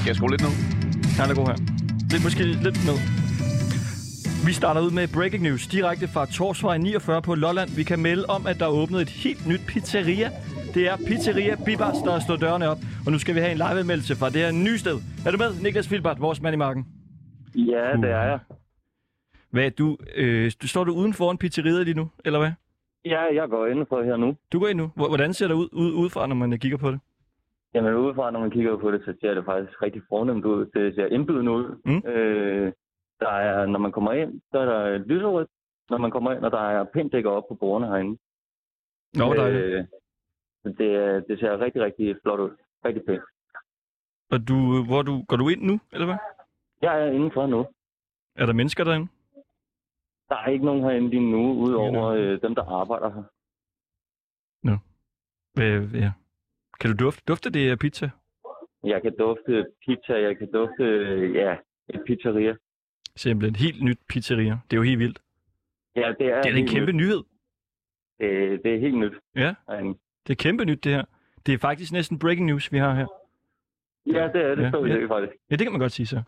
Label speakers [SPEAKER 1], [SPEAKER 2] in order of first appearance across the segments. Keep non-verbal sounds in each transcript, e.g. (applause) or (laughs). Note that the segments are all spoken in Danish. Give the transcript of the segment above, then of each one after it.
[SPEAKER 1] Skal jeg skrue lidt ned?
[SPEAKER 2] Nej, det er god her. Lidt, måske lidt ned. Vi starter ud med breaking news direkte fra Torsvej 49 på Lolland. Vi kan melde om, at der er åbnet et helt nyt pizzeria. Det er Pizzeria Bibas, der har slået dørene op. Og nu skal vi have en liveanmeldelse fra det her nye sted. Er du med, Niklas Filbert, vores mand i marken?
[SPEAKER 3] Ja, det er jeg.
[SPEAKER 2] Hvad, du, øh, du- står du uden foran pizzeriet lige nu, eller hvad?
[SPEAKER 3] Ja, jeg går indenfor her nu.
[SPEAKER 2] Du går ind nu. Hvor- Hvordan ser det ud, ud udefra, når man øh, kigger på det?
[SPEAKER 3] Jamen udefra, når man kigger på det, så ser det faktisk rigtig fornemt ud. Det ser indbydende ud.
[SPEAKER 2] Mm.
[SPEAKER 3] Øh, der er, når man kommer ind, så er der lyserødt, når man kommer ind, og der er pindækker op på bordene herinde. Øh,
[SPEAKER 2] Nå, hvor dejligt.
[SPEAKER 3] så det, er- det ser rigtig, rigtig flot ud. Rigtig pænt.
[SPEAKER 2] Og du, øh, hvor du, går du ind nu, eller hvad?
[SPEAKER 3] Jeg er indenfor nu.
[SPEAKER 2] Er der mennesker derinde?
[SPEAKER 3] Der er ikke nogen herinde lige nu, udover øh, dem, der arbejder her.
[SPEAKER 2] Hvad, ja. Kan du dufte, dufte det her pizza?
[SPEAKER 3] Jeg kan dufte pizza, jeg kan dufte, øh, ja, et pizzeria.
[SPEAKER 2] Simpelthen helt nyt pizzeria. Det er jo helt vildt.
[SPEAKER 3] Ja, det er,
[SPEAKER 2] Det er da en
[SPEAKER 3] helt
[SPEAKER 2] kæmpe
[SPEAKER 3] nyt.
[SPEAKER 2] nyhed.
[SPEAKER 3] Det, det er helt nyt.
[SPEAKER 2] Ja.
[SPEAKER 3] herinde.
[SPEAKER 2] Det er kæmpe nyt, det her. Det er faktisk næsten breaking news, vi har her.
[SPEAKER 3] Ja, det er det,
[SPEAKER 2] Ja,
[SPEAKER 3] ja, så
[SPEAKER 2] ja.
[SPEAKER 3] ja. faktisk.
[SPEAKER 2] Ja, det kan man godt sige så.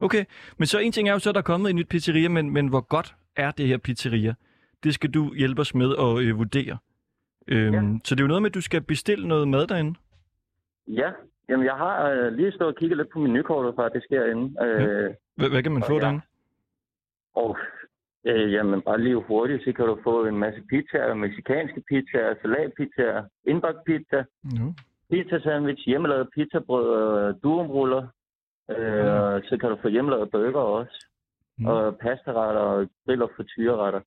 [SPEAKER 2] Okay, men så en ting er jo så, at der er kommet et nyt pizzeria, men, men hvor godt er det her pizzeria? Det skal du hjælpe os med at øh, vurdere. Øhm,
[SPEAKER 3] Ja.
[SPEAKER 2] Så det er jo noget med, at du skal bestille noget mad derinde.
[SPEAKER 3] Ja, jamen jeg har øh, lige stået og kigget lidt på menukortet, før det sker inde. Øh,
[SPEAKER 2] Hvad, hvad kan man
[SPEAKER 3] Åh,
[SPEAKER 2] få
[SPEAKER 3] ja.
[SPEAKER 2] derinde?
[SPEAKER 3] og øh, jamen, bare lige hurtigt, så kan du få en masse pizzaer, mexikanske pizzaer, salatpizzaer, indbagt pizza,
[SPEAKER 2] Jo.
[SPEAKER 3] pizza sandwich, hjemmelavet pizzabrød og durumruller. Øh, og Så kan du få hjemmelavet burger også.
[SPEAKER 2] Mm.
[SPEAKER 3] Mm. Og pastaretter og grill- og frityreretter.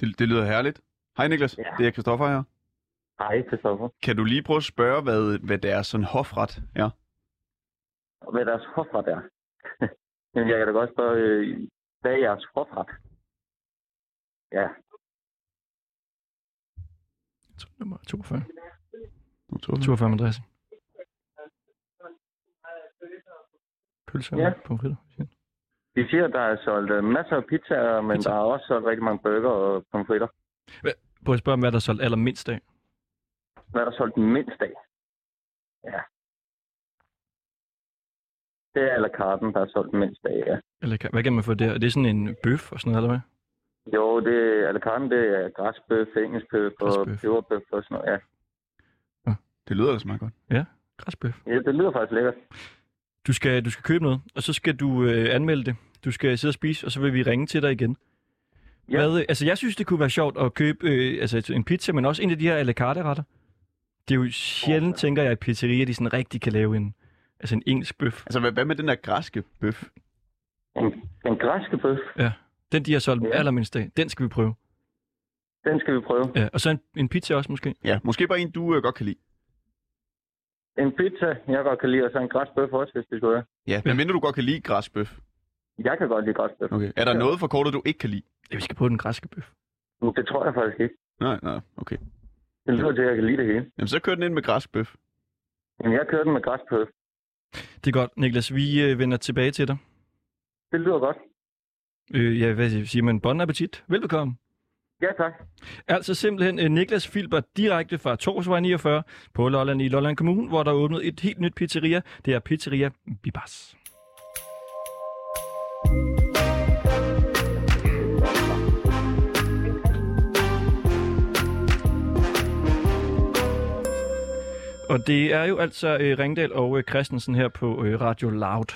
[SPEAKER 1] Det, det lyder herligt. Hej Niklas,
[SPEAKER 3] Ja.
[SPEAKER 1] det er Kristoffer her.
[SPEAKER 3] Hej, Christoffer.
[SPEAKER 1] Kan du lige prøve at spørge, hvad, hvad deres sådan hofret er?
[SPEAKER 3] Og Hvad er deres hofret er? (laughs) jamen, jeg kan da godt spørge, øh, hvad er jeres hofret? Ja,
[SPEAKER 2] Jeg tror, Nummer 42.
[SPEAKER 1] Nu tror jeg.
[SPEAKER 2] 42 med dressing. Pølser
[SPEAKER 3] Ja.
[SPEAKER 2] og pomfritter.
[SPEAKER 3] De siger, at der er solgt øh, masser af pizzaer, men
[SPEAKER 2] Pizza.
[SPEAKER 3] der er også solgt rigtig mange burger og pomfritter.
[SPEAKER 2] Prøv at spørge om, hvad der er solgt allermindst af.
[SPEAKER 3] Hvad er der solgt mindst af? Ja. Det er alle karten, der er solgt mindst af, ja.
[SPEAKER 2] Eller kan, hvad kan man få der? Er det sådan en bøf og sådan noget, eller hvad?
[SPEAKER 3] Jo, det er alle karten, det er græsbøf, engelskbøf og
[SPEAKER 2] Græsbøf.
[SPEAKER 3] peberbøf og sådan noget, ja.
[SPEAKER 1] Det lyder altså meget godt.
[SPEAKER 2] Græsbøf.
[SPEAKER 3] ja. det lyder faktisk lækkert.
[SPEAKER 2] Du skal, du skal købe noget, og så skal du øh, anmelde det. Du skal sidde og spise, og så vil vi ringe til dig igen. Ja.
[SPEAKER 3] Ja.
[SPEAKER 2] Hvad, øh, altså, jeg synes, det kunne være sjovt at købe øh, altså, et- en pizza, men også en af de her a la carte retter. Det er jo sjældent, okay. tænker jeg, at pizzerier, de sådan rigtig kan lave en, altså en engelsk bøf.
[SPEAKER 1] Altså, hvad, hvad med den der græske bøf?
[SPEAKER 3] Den, den græske bøf,
[SPEAKER 2] Den, de har solgt ja.
[SPEAKER 3] Ja.
[SPEAKER 2] allermindst af, den skal vi prøve.
[SPEAKER 3] den skal vi prøve.
[SPEAKER 2] Ja, og så en, en pizza også måske.
[SPEAKER 1] Ja, måske bare en, du øh, godt kan lide.
[SPEAKER 3] En pizza, jeg godt kan lide, og så en græsbøf også, hvis det skulle være.
[SPEAKER 1] Ja, men mindre du godt kan lide græsbøf.
[SPEAKER 3] Jeg kan godt lide græsbøf.
[SPEAKER 1] Okay. Er der
[SPEAKER 3] Ja.
[SPEAKER 1] noget for kortet, du ikke kan lide?
[SPEAKER 2] Ja, vi skal på den græske bøf.
[SPEAKER 3] Men Det tror jeg faktisk ikke.
[SPEAKER 1] Nej, nej, okay.
[SPEAKER 3] Det lyder til, at jeg kan lide det hele.
[SPEAKER 1] Jamen, så kør den ind med græsbøf.
[SPEAKER 3] Men jeg kører den med græsbøf.
[SPEAKER 2] Det er godt, Niklas. Vi øh, vender tilbage til dig.
[SPEAKER 3] Det lyder godt.
[SPEAKER 2] Øh, ja, hvad siger man? Bon appetit. Velbekomme.
[SPEAKER 3] Ja, tak.
[SPEAKER 2] Altså simpelthen øh, Niklas Filber direkte fra Torsvej 49 på Lolland i Lolland Kommune, hvor der er åbnet et helt nyt pizzeria. Det er Pizzeria Bibas. Og det er jo altså øh, Ringdal og øh, Christensen her på øh, Radio Loud.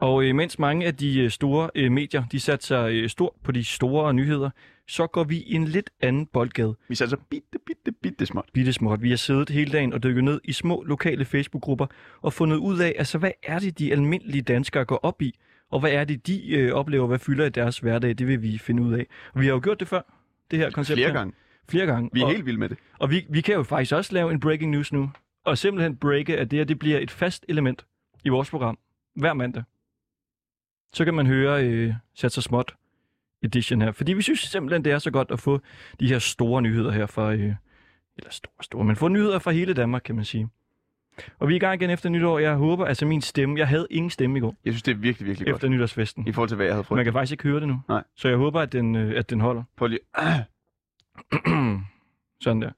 [SPEAKER 2] Og øh, mens mange af de øh, store øh, medier, de satte sig øh, stort på de store nyheder, så går vi i en lidt anden boldgade.
[SPEAKER 1] Vi satser bitte, bitte, bitte småt.
[SPEAKER 2] Bittesmåt, vi har siddet hele dagen og dykket ned i små lokale Facebook-grupper og fundet ud af, altså hvad er det, de almindelige danskere går op i? Og hvad er det, de øh, oplever, hvad fylder i deres hverdag? Det vil vi finde ud af. Og vi har jo gjort det før, det her koncept
[SPEAKER 1] Flere
[SPEAKER 2] her.
[SPEAKER 1] gange.
[SPEAKER 2] Flere gange.
[SPEAKER 1] Vi er
[SPEAKER 2] og,
[SPEAKER 1] helt vilde med det.
[SPEAKER 2] og vi, vi kan jo faktisk også lave en breaking news nu, og simpelthen breake, at det her det bliver et fast element i vores program hver mandag. Så kan man høre øh, Sat sig småt edition her, fordi vi synes simpelthen, det er så godt at få de her store nyheder her fra, øh, eller store, store, men få nyheder fra hele Danmark, kan man sige. Og vi er i gang igen efter nytår. Jeg håber, altså min stemme, jeg havde ingen stemme i går
[SPEAKER 1] Jeg synes, det er virkelig, virkelig godt.
[SPEAKER 2] efter nytårsfesten.
[SPEAKER 1] I forhold til, hvad jeg havde
[SPEAKER 2] Man
[SPEAKER 1] fået.
[SPEAKER 2] kan faktisk ikke høre det nu.
[SPEAKER 1] Nej.
[SPEAKER 2] Så jeg håber, at den, øh, at den holder.
[SPEAKER 1] Prøv lige. (clears throat)
[SPEAKER 2] Sådan der.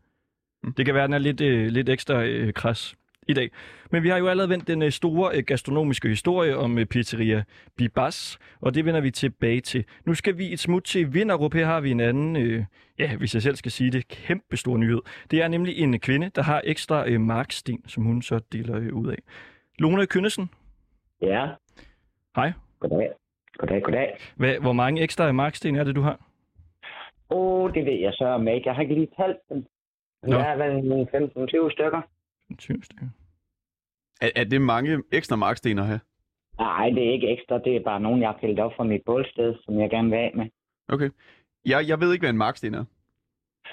[SPEAKER 1] Mm.
[SPEAKER 2] (clears throat) Det kan være, den er lidt, øh, lidt ekstra øh, kras i dag. Men vi har jo allerede vendt den øh, store øh, gastronomiske historie om øh, pizzeria Bibas, og det vender vi tilbage til. Nu skal vi et smut til Vinderup. Her har vi en anden, øh, ja, hvis jeg selv skal sige det, kæmpe stor nyhed. Det er nemlig en kvinde, der har ekstra øh, marksten, som hun så deler øh, ud af. Lone Kynnesen,
[SPEAKER 4] Ja.
[SPEAKER 2] Hej.
[SPEAKER 4] Goddag. Goddag, goddag.
[SPEAKER 2] hvad, hvor mange ekstra øh, marksten er det, du har?
[SPEAKER 4] Åh, oh, det ved jeg så om ikke. Jeg har ikke lige talt dem. Men
[SPEAKER 2] Nå.
[SPEAKER 4] Der er vel nogle 15-20 stykker.
[SPEAKER 2] 20 stykker.
[SPEAKER 1] Er, er det mange ekstra marksten at have?
[SPEAKER 4] Nej, det er ikke ekstra. Det er bare nogen, jeg har pillet op fra mit bålsted, som jeg gerne vil af med.
[SPEAKER 1] Okay. Jeg, jeg ved ikke, hvad en marksten er.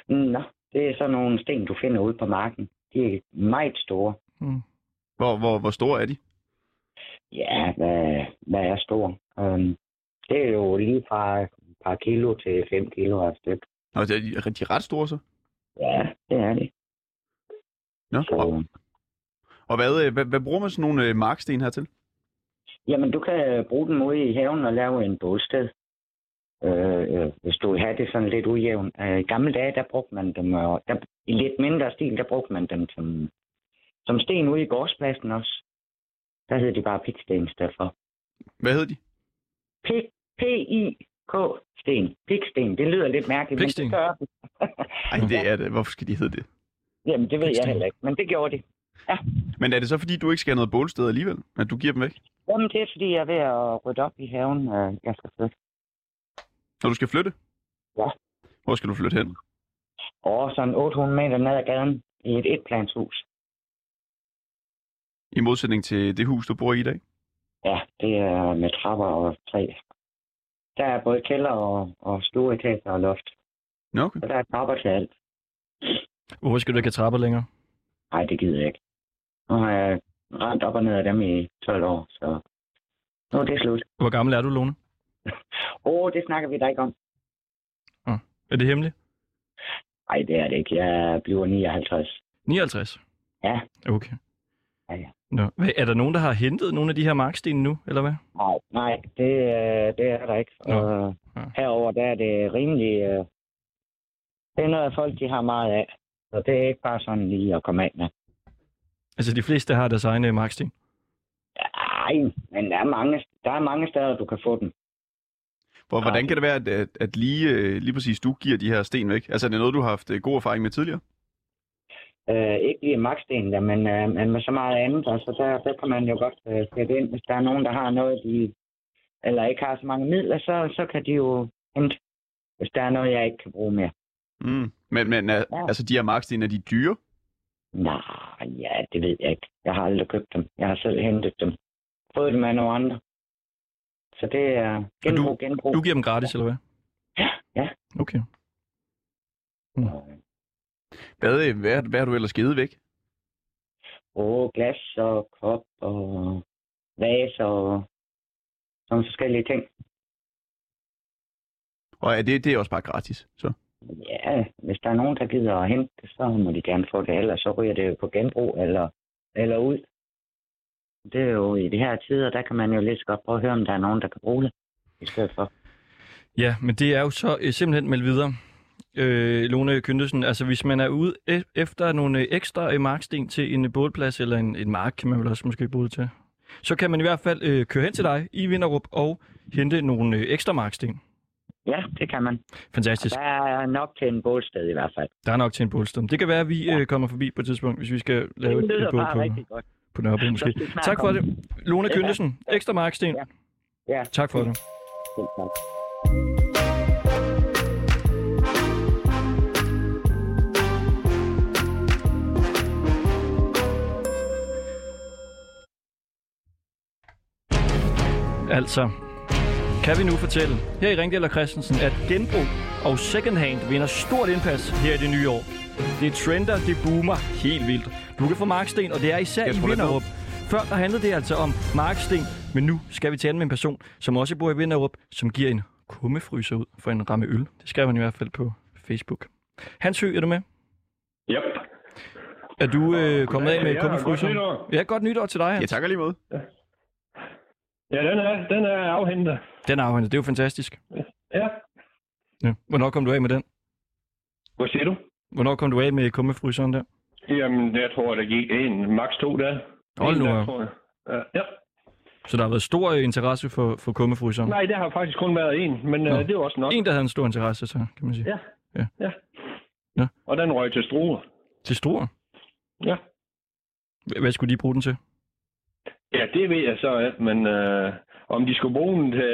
[SPEAKER 4] Mm, Nå, det er sådan nogle sten, du finder ude på marken. De er meget store.
[SPEAKER 2] Mm.
[SPEAKER 1] Hvor, hvor, hvor store er de?
[SPEAKER 4] Ja, hvad, hvad er stor? Um, det er jo lige fra et par kilo til 5 kilo af et stykke.
[SPEAKER 1] Nå, det er de, er de ret store så?
[SPEAKER 4] Ja, det er det.
[SPEAKER 1] Nå. Og,
[SPEAKER 4] Så,
[SPEAKER 1] og hvad, øh, hvad, hvad bruger man sådan nogle øh, marksten her til?
[SPEAKER 4] jamen, du kan bruge dem ude i haven og lave en bålsted. Øh, øh, hvis du vil have det sådan lidt ujævn. Øh, I gamle dage, der brugte man dem, og der, i lidt mindre stil, der brugte man dem som, som sten ude i gårdspladsen også. Der hed de bare piksten i stedet for.
[SPEAKER 1] Hvad hed de?
[SPEAKER 4] Pik, P-I-K-sten. Piksten. Det lyder lidt mærkeligt,
[SPEAKER 2] Piksten.
[SPEAKER 4] men det gør
[SPEAKER 1] Ej, det er det. Hvorfor skal de hedde det?
[SPEAKER 4] Jamen, det ved
[SPEAKER 2] Piksten.
[SPEAKER 4] jeg heller ikke, men det gjorde de.
[SPEAKER 1] Men er det så, fordi du ikke skal have noget bålsted alligevel, at du giver dem væk?
[SPEAKER 4] Jamen, det er, fordi jeg er ved at rydde op i haven. øh, Jeg skal flytte.
[SPEAKER 1] Når du skal flytte?
[SPEAKER 4] Ja.
[SPEAKER 1] Hvor skal du flytte hen?
[SPEAKER 4] over sådan 800 meter ned ad gaden i et etplanshus.
[SPEAKER 1] I modsætning til det hus, du bor i i dag?
[SPEAKER 4] Ja, det er med trapper og træ. Der er både kælder og, og store etager og loft,
[SPEAKER 1] Nå, okay.
[SPEAKER 4] og der er trapper til alt.
[SPEAKER 2] Hvorfor skal du ikke have trapper længere?
[SPEAKER 4] Nej, det gider jeg ikke. Nu har jeg rent op og ned af dem i 12 år, så nu er det slut.
[SPEAKER 2] Hvor gammel er du, Lone?
[SPEAKER 4] Åh, oh, det snakker vi da ikke om.
[SPEAKER 2] Er det hemmeligt?
[SPEAKER 4] Nej, det er det ikke. Jeg bliver 59.
[SPEAKER 2] 59?
[SPEAKER 4] Ja.
[SPEAKER 2] Okay.
[SPEAKER 4] Ja, ja.
[SPEAKER 2] Nå. Hvad, er der nogen, der har hentet nogle af de her marksten nu, eller hvad?
[SPEAKER 4] Nej, nej, det, øh, det er der ikke.
[SPEAKER 2] Nå.
[SPEAKER 4] Og
[SPEAKER 2] Ja.
[SPEAKER 4] herover der er det rimelig... øh, Det er noget, folk de har meget af. Så det er ikke bare sådan lige at komme af med.
[SPEAKER 2] Altså, de fleste har deres egne marksten.
[SPEAKER 4] Nej, men der er, mange, der er mange steder, du kan få dem.
[SPEAKER 1] Hvor, hvordan kan det være, at, at, at lige, øh, lige præcis du giver de her sten væk? Altså, er det noget, du har haft øh, god erfaring med tidligere?
[SPEAKER 4] Øh, ikke lige magsten, der, men, øh, men med så meget andet. Altså, der, der kan man jo godt øh, sætte ind, hvis der er nogen, der har noget, de, eller ikke har så mange midler, så, så kan de jo hente, hvis der er noget, jeg ikke kan bruge mere.
[SPEAKER 1] Mm. Men, men er, ja.
[SPEAKER 4] Ja.
[SPEAKER 1] altså, de her marksten, er de dyre?
[SPEAKER 4] Nej, ja, det ved jeg ikke. Jeg har aldrig købt dem. Jeg har selv hentet dem. Fået dem af nogle andre. Så det er genbrug, genbrug.
[SPEAKER 2] Du giver dem gratis, eller hvad?
[SPEAKER 4] Oh. Ja.
[SPEAKER 2] Okay. Mm.
[SPEAKER 1] Hvad, øh, hvad, hvad har du ellers givet væk?
[SPEAKER 4] Åh, glas og kop og vaser og sådan forskellige ting.
[SPEAKER 1] Og er det, det er også bare gratis, så?
[SPEAKER 4] Ja, hvis der er nogen, der gider at hente det, så må de gerne få det, ellers så ryger det jo på genbrug eller, eller ud. Det er jo i de her tider, der kan man jo lige så godt prøve at høre, om der er nogen, der kan bruge det i stedet for.
[SPEAKER 2] Ja, men det er jo så øh, simpelthen meldt videre. Øh, Lone Kyndesen, altså hvis man er ude e- efter nogle øh, ekstra øh, marksten til en øh, bålplads, eller en, en mark, kan man vel også måske bruge det til, så kan man i hvert fald øh, køre hen til dig i Vinderup og hente nogle øh, ekstra marksten.
[SPEAKER 4] Ja, det kan man. Og
[SPEAKER 2] Fantastisk.
[SPEAKER 4] der er nok til en bålsted i hvert fald.
[SPEAKER 2] Der er nok til en bålsted. Det kan være, at vi øh, kommer forbi på et tidspunkt, hvis vi skal lave
[SPEAKER 4] Det
[SPEAKER 2] et, et
[SPEAKER 4] lyder
[SPEAKER 2] bål
[SPEAKER 4] bare
[SPEAKER 2] på,
[SPEAKER 4] rigtig godt.
[SPEAKER 2] på Nørrebro
[SPEAKER 4] Så
[SPEAKER 2] måske.
[SPEAKER 4] skal vi snart
[SPEAKER 2] Tak for
[SPEAKER 4] komme.
[SPEAKER 2] det. Lone
[SPEAKER 4] Ja.
[SPEAKER 2] Kyndesen, ekstra marksten.
[SPEAKER 4] Ja. Ja,
[SPEAKER 2] Tak for det.
[SPEAKER 4] selv tak.
[SPEAKER 2] Altså, kan vi nu fortælle her i Ringdel og Christensen, at genbrug og secondhand vinder stort indpas her i det nye år. Det trender, det boomer helt vildt. Du kan få marksten, og det er især
[SPEAKER 1] Jeg
[SPEAKER 2] i
[SPEAKER 1] tror lidt
[SPEAKER 2] Vinderup. Før der handlede det altså om marksten, men nu skal vi tale med en person, som også bor i Vinderup, som giver en kummefryser ud for en ramme øl. Det skrev han i hvert fald på Facebook. Hans Høgh, er du med?
[SPEAKER 5] Yep.
[SPEAKER 2] Er du øh, kommet af med
[SPEAKER 5] Ja,
[SPEAKER 2] kummefryser?
[SPEAKER 5] godt nytår.
[SPEAKER 2] Ja, godt nytår til dig,
[SPEAKER 1] Ja,
[SPEAKER 2] Hans.
[SPEAKER 1] tak lige måde.
[SPEAKER 5] Ja, den er, den er afhentet.
[SPEAKER 2] Den er afhentet, det er jo fantastisk.
[SPEAKER 5] Ja.
[SPEAKER 2] Ja. Hvornår kom du af med den?
[SPEAKER 5] Hvad siger du?
[SPEAKER 2] Hvornår kom du af med kummefryseren der?
[SPEAKER 5] Jamen, jeg tror, der gik en, max to dage.
[SPEAKER 2] Hold
[SPEAKER 5] En
[SPEAKER 2] nu
[SPEAKER 5] dag,
[SPEAKER 2] op.
[SPEAKER 5] tror jeg. Ja, Ja.
[SPEAKER 2] Så der har været stor øh, interesse for, for kummefryseren.
[SPEAKER 5] Nej, der har faktisk kun været en, men
[SPEAKER 2] Nå.
[SPEAKER 5] øh, det var også nok.
[SPEAKER 2] En, der havde en stor interesse, så kan man sige.
[SPEAKER 5] Ja.
[SPEAKER 2] Ja.
[SPEAKER 5] ja.
[SPEAKER 2] Ja.
[SPEAKER 5] Og den røg til struer.
[SPEAKER 2] Til stor.
[SPEAKER 5] Ja.
[SPEAKER 2] H- Hvad skulle de bruge den til?
[SPEAKER 5] Ja, det ved jeg så, ikke, men øh, om de skulle bruge den til,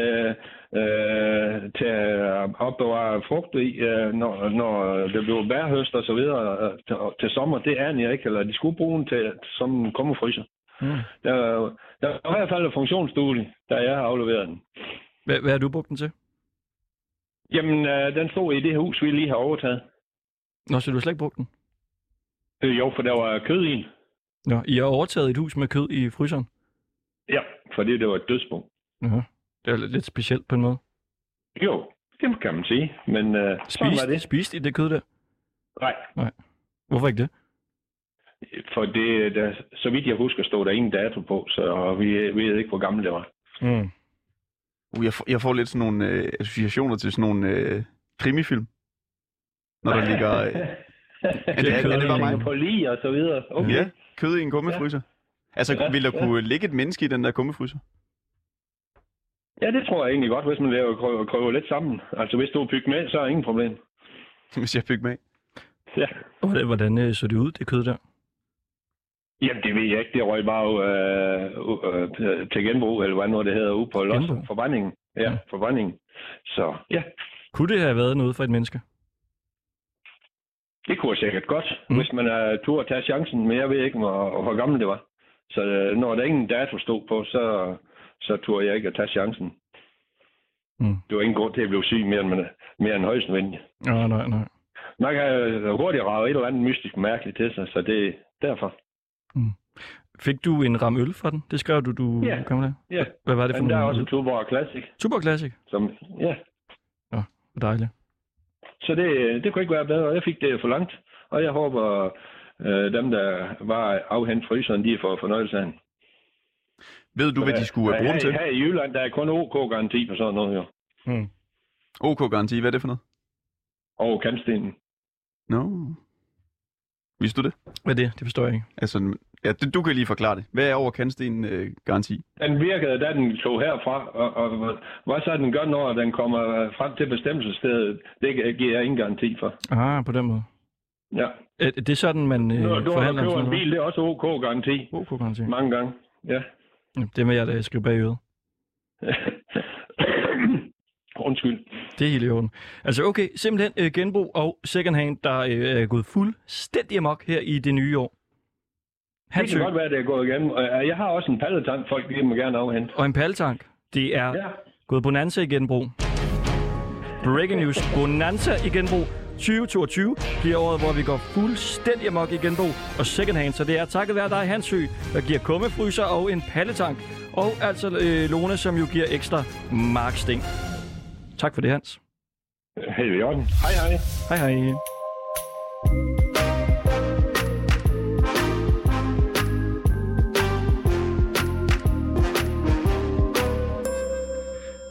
[SPEAKER 5] øh, til at opbevare frugt i, øh, når, når det blev bærhøst og så videre øh, til, til sommer, det aner jeg ikke, eller de skulle bruge den til, som en kummefryser.
[SPEAKER 2] Mm.
[SPEAKER 5] Der, der var i hvert fald en funktionsstudie, da jeg har afleveret den.
[SPEAKER 2] Hvad, hvad har du brugt den til?
[SPEAKER 5] Jamen, øh, den stod i det hus, vi lige har overtaget.
[SPEAKER 2] Nå, så du har slet ikke brugt den?
[SPEAKER 5] Øh, jo, for der var kød i den.
[SPEAKER 2] Nå, I har overtaget et hus med kød i fryseren.
[SPEAKER 5] Ja, fordi det var et dødsbo.
[SPEAKER 2] Nå, det er lidt lidt specielt på en måde.
[SPEAKER 5] Jo, det kan man sige, men øh, sådan var
[SPEAKER 2] Spiste,
[SPEAKER 5] det.
[SPEAKER 2] spiste I det kød der?
[SPEAKER 5] Nej,
[SPEAKER 2] Hvorfor ikke det?
[SPEAKER 5] for det, der, så vidt jeg husker, stod der ingen dato på, så vi ved ikke, hvor gammel det var.
[SPEAKER 2] Mm.
[SPEAKER 1] Uh, jeg, får, jeg får lidt sådan nogle øh, associationer til sådan nogle øh, krimifilm. Når der
[SPEAKER 5] (laughs)
[SPEAKER 1] ligger... Øh, er, det, er, er det bare mig?
[SPEAKER 5] På lige og så videre. Okay.
[SPEAKER 1] Ja, kød i en gummifryser. Altså,
[SPEAKER 5] Ja,
[SPEAKER 1] ville der
[SPEAKER 5] ja.
[SPEAKER 1] kunne ligge et menneske i den der gummifryser?
[SPEAKER 5] ja, det tror jeg egentlig godt, hvis man laver krøver, krøver lidt sammen. Altså, hvis du er bygget med, så er ingen problem.
[SPEAKER 1] (laughs) Hvis jeg fik med.
[SPEAKER 5] Ja.
[SPEAKER 2] Hvordan, hvordan øh, så det ud, det kød der?
[SPEAKER 5] Jamen, det ved jeg ikke. Det røg bare øh, øh, øh, til genbrug, eller hvad nu det hedder, ude på los.
[SPEAKER 2] Genbrug?
[SPEAKER 5] Forbrændingen. Ja,
[SPEAKER 2] Ja.
[SPEAKER 5] forbrændingen. Så ja,
[SPEAKER 2] Kunne det have været noget for et menneske?
[SPEAKER 5] det kunne jeg sikkert godt,
[SPEAKER 2] Mm.
[SPEAKER 5] mm. hvis man er tur at tage chancen, men jeg ved ikke, hvor, hvor gammel det var. Så øh, når der ingen dato stod på, så, så turde jeg ikke at tage chancen.
[SPEAKER 2] Mm.
[SPEAKER 5] Det var ingen grund til at blive syg mere end, man- mere end højst nødvendigt.
[SPEAKER 2] Nå, nej, nej.
[SPEAKER 5] Man kan øh, hurtigt rage et eller andet mystisk mærkeligt til sig, så det er derfor.
[SPEAKER 2] Mm. Fik du en ram øl fra den? Det skrev du, du
[SPEAKER 5] Ja.
[SPEAKER 2] kom der.
[SPEAKER 5] Ja,
[SPEAKER 2] Hvad var Mm, det for
[SPEAKER 5] men der er
[SPEAKER 2] en
[SPEAKER 5] også Tuborg Classic,
[SPEAKER 2] Super Classic.
[SPEAKER 5] som, ja,
[SPEAKER 2] Dejligt.
[SPEAKER 5] Så det, det kunne ikke være bedre. Jeg fik det for langt, og jeg håber, øh, dem, der var afhent fryseren, de får fornøjelse af den.
[SPEAKER 1] Ved du, hvad de skulle øh, bruge den
[SPEAKER 5] her,
[SPEAKER 1] til?
[SPEAKER 5] her i Jylland, der er kun OK-garanti på sådan noget her.
[SPEAKER 2] Hmm.
[SPEAKER 1] OK-garanti, hvad er det for noget?
[SPEAKER 5] Og kantstenen.
[SPEAKER 1] Nå. Vidste du det?
[SPEAKER 2] Hvad er det? Det forstår jeg ikke.
[SPEAKER 1] Altså, ja, det, du kan lige forklare det. Hvad er over kantstenen øh, garanti?
[SPEAKER 5] Den virkede, da den tog herfra, og, og hvad så den gør, når den kommer frem til bestemmelsesstedet, det giver jeg ingen garanti for.
[SPEAKER 2] Ah, på den måde.
[SPEAKER 5] Ja.
[SPEAKER 2] Er er det sådan, man øh,
[SPEAKER 5] Når du
[SPEAKER 2] forhandler? om
[SPEAKER 5] køber en
[SPEAKER 2] sådan noget?
[SPEAKER 5] bil, det er også OK-garanti.
[SPEAKER 2] God konkurrence.
[SPEAKER 5] Mange gange. Ja.
[SPEAKER 2] Jamen, Det vil jeg da skrive bag i øret.
[SPEAKER 5] (coughs) Undskyld.
[SPEAKER 2] Det er helt i orden. Altså okay, simpelthen øh, genbrug og secondhand, der øh, er gået fuldstændig amok her i det nye år.
[SPEAKER 5] Det
[SPEAKER 2] Hansø
[SPEAKER 5] kan godt være, det er gået igennem. Og øh, Jeg har også en palletank, folk vil mig gerne afhente.
[SPEAKER 2] og en palletank. Det er
[SPEAKER 5] Ja.
[SPEAKER 2] gået bonanza i genbrug. Breaking news. Bonanza i genbrug. 2022 bliver året, hvor vi går fuldstændig amok i genbrug og secondhand. Så det er takket være dig, Hansø, der giver kummefryser og en palletank. Og altså øh, Lone, som jo giver ekstra marksting. Tak for det, Hans.
[SPEAKER 5] Helt i orden. Hej, hej.
[SPEAKER 2] Hej hej.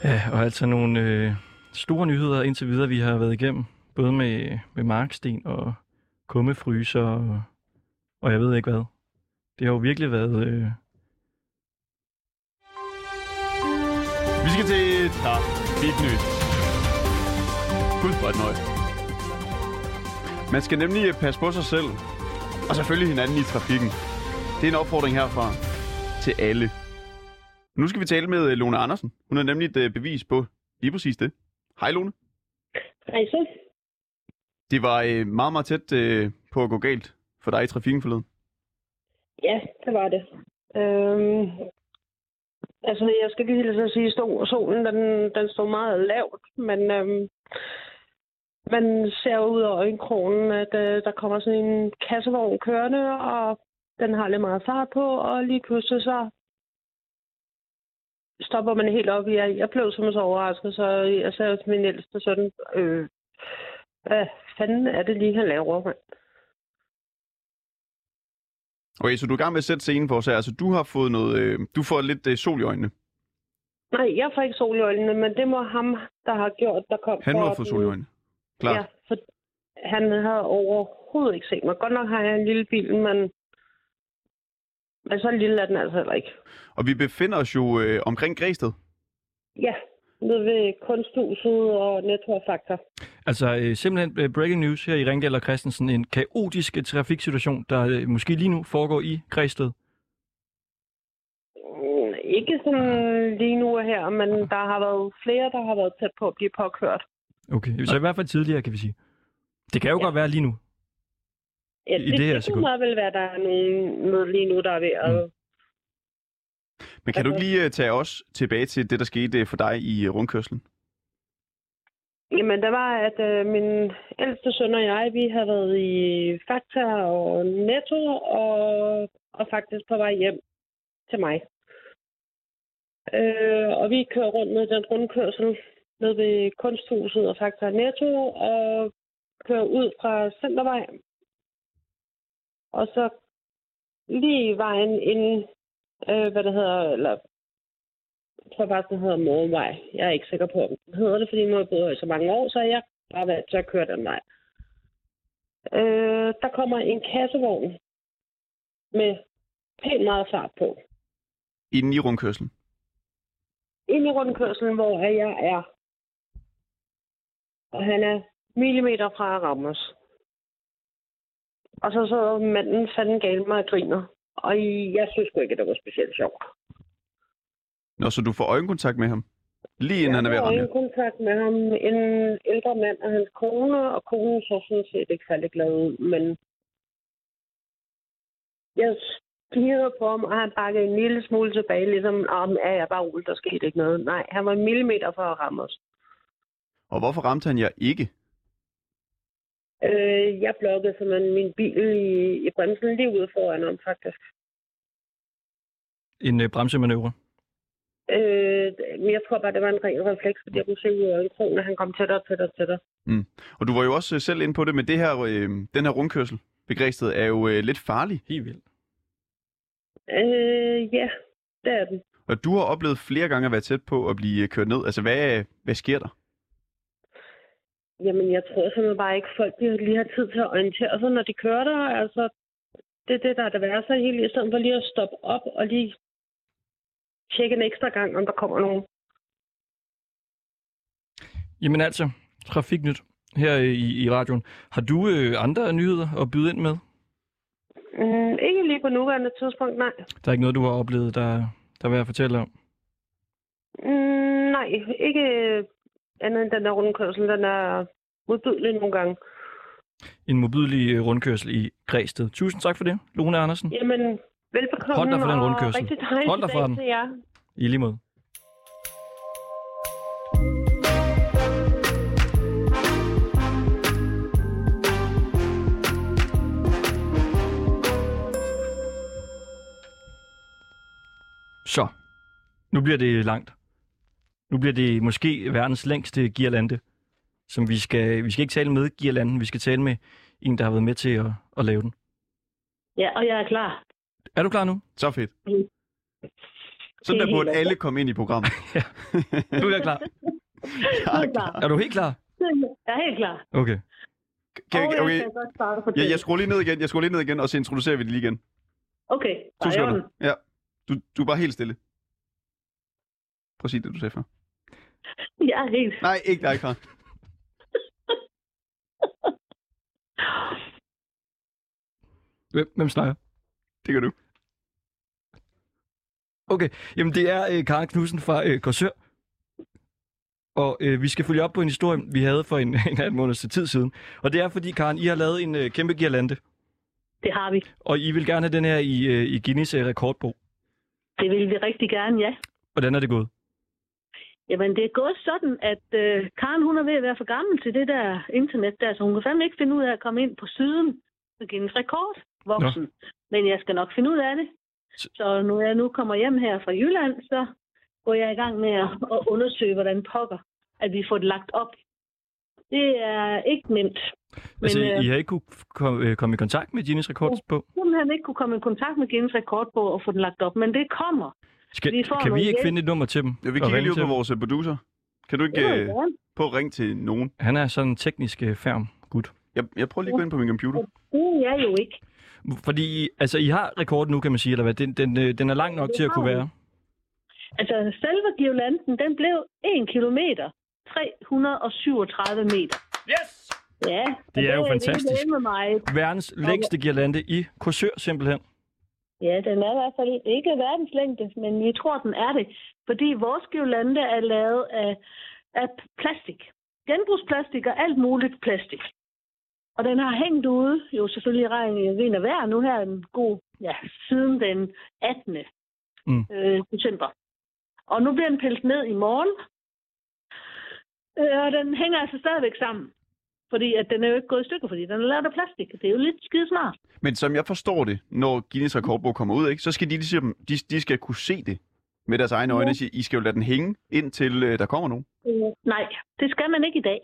[SPEAKER 2] Ja, og altså nogle øh, store nyheder indtil videre, vi har været igennem. Både med, med marksten og kummefryser og, og jeg ved ikke hvad. Det har jo virkelig været... Øh,
[SPEAKER 1] Vi skal til trafik nyt. Gud, hvor er det nøje. Man skal nemlig øh, passe på sig selv, og selvfølgelig hinanden i trafikken. Det er en opfordring herfra til alle. Nu skal vi tale med øh, Lone Andersen. Hun er nemlig et øh, bevis på lige præcis det. Hej Lone.
[SPEAKER 6] Hej så.
[SPEAKER 1] Det var øh, meget, meget tæt øh, på at gå galt for dig i trafikken forleden.
[SPEAKER 6] Ja, det var det. Øhm, altså, jeg skal lige hilse at sige, at solen den, den stod meget lavt, men øhm, man ser ud af øjenkrogen, at øh, der kommer sådan en kassevogn kørende, og den har lidt meget fart på, og lige pludselig så stopper man helt op. Jeg, jeg blev simpelthen så overrasket, så jeg sagde til min ældste søn, øh, hvad fanden er det lige, han laver? mand?"
[SPEAKER 1] Okay, så du er i gang med at sætte scenen for os her. Altså, du har fået noget... Øh, du får lidt øh, sol i øjnene.
[SPEAKER 6] Nej, jeg får ikke sol i øjnene, men det må ham, der har gjort, der kom.
[SPEAKER 1] Han
[SPEAKER 6] for
[SPEAKER 1] må have
[SPEAKER 6] at
[SPEAKER 1] fået
[SPEAKER 6] den-
[SPEAKER 1] sol i øjnene. Klart.
[SPEAKER 6] Ja, for, han havde overhovedet ikke set mig. Godt nok har jeg en lille bil, men, men så lille er den altså heller ikke.
[SPEAKER 1] Og vi befinder os jo øh, omkring Græsted.
[SPEAKER 6] Ja, nede ved kunsthuset og Nettoafaktor.
[SPEAKER 2] Altså øh, simpelthen øh, breaking news her i Ringdal og Christensen. En kaotisk øh, trafiksituation, der øh, måske lige nu foregår i Græsted.
[SPEAKER 6] Mm, Ikke sådan lige nu og her, men der har været flere, der har været tæt på at blive påkørt.
[SPEAKER 2] Okay, så i hvert fald tidligere, kan vi sige. Det kan jo ja.
[SPEAKER 6] Ja.
[SPEAKER 2] godt være lige nu.
[SPEAKER 6] Ja,
[SPEAKER 2] I det her
[SPEAKER 6] det
[SPEAKER 2] sekund.
[SPEAKER 6] kunne meget vel være, der er nogen med lige nu, der er ved at...
[SPEAKER 2] Mm.
[SPEAKER 6] Mm.
[SPEAKER 1] Men kan du ikke lige øh, tage os tilbage til det, der skete øh, for dig i øh, rundkørslen?
[SPEAKER 6] Jamen, der var, at øh, min ældste søn og jeg, vi havde været i Fakta og Netto, og, og faktisk på vej hjem til mig. Øh, og vi kører rundt med den rundkørsel ned ved kunsthuset og Fakta og Netto, og kører ud fra Centervej. Og så lige i vejen inden, øh, hvad det hedder, eller jeg tror faktisk, den hedder Morgenvej. Jeg er ikke sikker på, om den hedder det, fordi nu har jeg boet her i så mange år, så jeg har bare valgt til at køre den vej. Øh, der kommer en kassevogn med pænt meget fart på.
[SPEAKER 1] Inden i rundkørslen?
[SPEAKER 6] Ind i rundkørselen, hvor jeg er. Og han er millimeter fra at ramme os. Og så sidder manden fanden galt mig og griner. Og jeg synes sgu ikke, at det var specielt sjovt.
[SPEAKER 1] Nå, så du får øjenkontakt med ham? Lige inden ja, han er ved at ramme jer.
[SPEAKER 6] Jeg kontakt med ham, en ældre mand og hans kone, og konen så sådan set ikke særlig glad ud, men jeg stirrede på ham, og han bakkede en lille smule tilbage, ligesom, om ja, jeg er bare rolig, der skete ikke noget. Nej, han var en millimeter for at ramme os.
[SPEAKER 1] Og hvorfor ramte han jer ikke?
[SPEAKER 6] Øh, jeg blokkede simpelthen min bil i, i bremsen lige ude foran ham, faktisk.
[SPEAKER 2] En øh, bremsemanøvre.
[SPEAKER 6] Øh, men jeg tror bare, det var en ren refleks, fordi jeg kunne se ud af øjenkrogen, at han kom tættere og tættere og tættere.
[SPEAKER 1] Mm. Og du var jo også øh, selv inde på det, men det her, øh, den her rundkørsel ved Græsted er jo øh, lidt farlig.
[SPEAKER 2] Helt vildt.
[SPEAKER 6] Øh, ja, det er den.
[SPEAKER 1] Og du har oplevet flere gange at være tæt på at blive øh, kørt ned. Altså, hvad, hvad sker der?
[SPEAKER 6] Jamen, jeg tror simpelthen bare ikke, folk de lige har tid til at orientere sig, når de kører der. Altså, det er det, der er det værste helt i stedet for lige at stoppe op og lige tjekke en ekstra gang, om der kommer nogen.
[SPEAKER 2] Jamen altså, trafiknyt her øh, i, i radioen. Har du øh, andre nyheder at byde ind med?
[SPEAKER 6] Mm, ikke lige på nuværende tidspunkt, nej.
[SPEAKER 2] Der er ikke noget, du har oplevet, der, der er værd at fortælle om.
[SPEAKER 6] Mm, nej, ikke øh, andet end den der rundkørsel, den er modbydelig nogle gange.
[SPEAKER 2] En mobidlig øh, rundkørsel i Græsted. Tusind tak for det, Lone Andersen.
[SPEAKER 6] Jamen, velbekomme
[SPEAKER 2] Hold dig fra den
[SPEAKER 6] og
[SPEAKER 2] rundkørsel.
[SPEAKER 6] rigtig dejlig
[SPEAKER 2] Hold dig fra
[SPEAKER 6] dag
[SPEAKER 2] den.
[SPEAKER 6] til jer.
[SPEAKER 2] I lige måde. Så. Nu bliver det langt. Nu bliver det måske verdens længste girlande, som vi skal, vi skal ikke tale med girlanden, vi skal tale med en, der har været med til at, at lave den.
[SPEAKER 7] Ja, og jeg er klar.
[SPEAKER 2] Er du klar nu?
[SPEAKER 1] Så fedt. Sådan der
[SPEAKER 7] helt altså.
[SPEAKER 1] burde
[SPEAKER 7] okay.
[SPEAKER 1] alle komme ind i
[SPEAKER 2] (laughs)
[SPEAKER 1] programmet.
[SPEAKER 2] Du er klar.
[SPEAKER 7] Jeg er klar.
[SPEAKER 2] Er du helt klar?
[SPEAKER 7] Jeg er helt klar.
[SPEAKER 2] Okay.
[SPEAKER 1] Kan, jeg-
[SPEAKER 7] Og jeg
[SPEAKER 1] okay.
[SPEAKER 7] kan godt starte for
[SPEAKER 1] Ja, jeg skruer lige ned igen, jeg skruer lige ned igen, og så introducerer vi det lige igen.
[SPEAKER 7] Okay,
[SPEAKER 1] To
[SPEAKER 7] der er
[SPEAKER 1] sekunder.
[SPEAKER 7] orden.
[SPEAKER 1] Ja. Du, du er bare helt stille. Prøv at sige det, du sagde før.
[SPEAKER 7] Jeg er helt...
[SPEAKER 1] Nej, ikke dig, far.
[SPEAKER 2] Hvem, hvem snakker?
[SPEAKER 1] Det gør du.
[SPEAKER 2] Okay, jamen det er øh, Karen Knudsen fra øh, Korsør. Og øh, vi skal følge op på en historie, vi havde for en, (laughs) en halv måneds tid siden. Og det er fordi, Karen, I har lavet en øh, kæmpe girlande,
[SPEAKER 7] Det har vi.
[SPEAKER 2] og I vil gerne have den her i, øh, i Guinness øh, rekordbog.
[SPEAKER 7] Det vil vi rigtig gerne, ja.
[SPEAKER 2] Hvordan er det gået?
[SPEAKER 7] Jamen, det er gået sådan, at øh, Karen hun er ved at være for gammel til det der internet der, så hun kan fandme ikke finde ud af at komme ind på siden og give en rekord voksen. Nå. Men jeg skal nok finde ud af det.
[SPEAKER 2] Så-
[SPEAKER 7] Så når jeg nu kommer hjem her fra Jylland, så går jeg i gang med at at undersøge, hvordan pokker, at vi får det lagt op. Det er ikke nemt. Men
[SPEAKER 2] altså, I,
[SPEAKER 7] øh,
[SPEAKER 2] I har ikke kunne f- komme øh, komme i kontakt med Guinness rekordbog.
[SPEAKER 7] simpelthen ikke kunne komme i kontakt med Guinness rekordbog og få den lagt op, men det kommer.
[SPEAKER 2] Skal,
[SPEAKER 7] vi får
[SPEAKER 2] kan vi
[SPEAKER 7] noget
[SPEAKER 2] ikke
[SPEAKER 7] hjælp.
[SPEAKER 2] finde et nummer til dem?
[SPEAKER 1] Ja, vi
[SPEAKER 2] og
[SPEAKER 1] kigger
[SPEAKER 2] ringe
[SPEAKER 1] lige
[SPEAKER 2] til
[SPEAKER 1] ud på
[SPEAKER 2] dem?
[SPEAKER 1] vores øh, producer. Kan du
[SPEAKER 7] Det
[SPEAKER 1] ikke
[SPEAKER 7] vil jeg
[SPEAKER 1] øh,
[SPEAKER 7] gerne.
[SPEAKER 1] på at ringe til nogen?
[SPEAKER 2] Han er sådan en teknisk øh, færm gut.
[SPEAKER 1] Jeg, jeg prøver lige at gå ind på min computer.
[SPEAKER 7] Det er jeg jo ikke.
[SPEAKER 2] Fordi altså, I har rekorden nu, kan man sige, eller hvad? Den, den, øh, den er lang nok til at kunne være.
[SPEAKER 7] Altså, selve Girlanden, den blev 1 kilometer 337 meter.
[SPEAKER 1] Yes!
[SPEAKER 7] Ja,
[SPEAKER 2] Det er jo fantastisk.
[SPEAKER 7] Med mig.
[SPEAKER 2] Verdens længste girlande i Korsør, simpelthen.
[SPEAKER 7] Ja, den er i hvert fald ikke verdenslængde, men vi tror, den er det. Fordi vores girlande er lavet af, af plastik. Genbrugsplastik og alt muligt plastik. Og den har hængt ude, jo selvfølgelig i regn i vind og vejr, nu her en god, ja, siden den 18.
[SPEAKER 2] Mm.
[SPEAKER 7] Øh, december. Og nu bliver den pillet ned i morgen. Øh, og den hænger altså stadigvæk sammen. Fordi at den er jo ikke gået i stykker, fordi den er lavet af plastik. Det er jo lidt skidesmart.
[SPEAKER 1] Men som jeg forstår det, når Guinness rekordbog kommer ud, ikke, så skal de, ligesom, de, de skal kunne se det med deres egne øjne. og sige, I skal jo lade den hænge, indtil øh, der kommer nogen.
[SPEAKER 7] Øh, Nej, det skal man ikke i dag.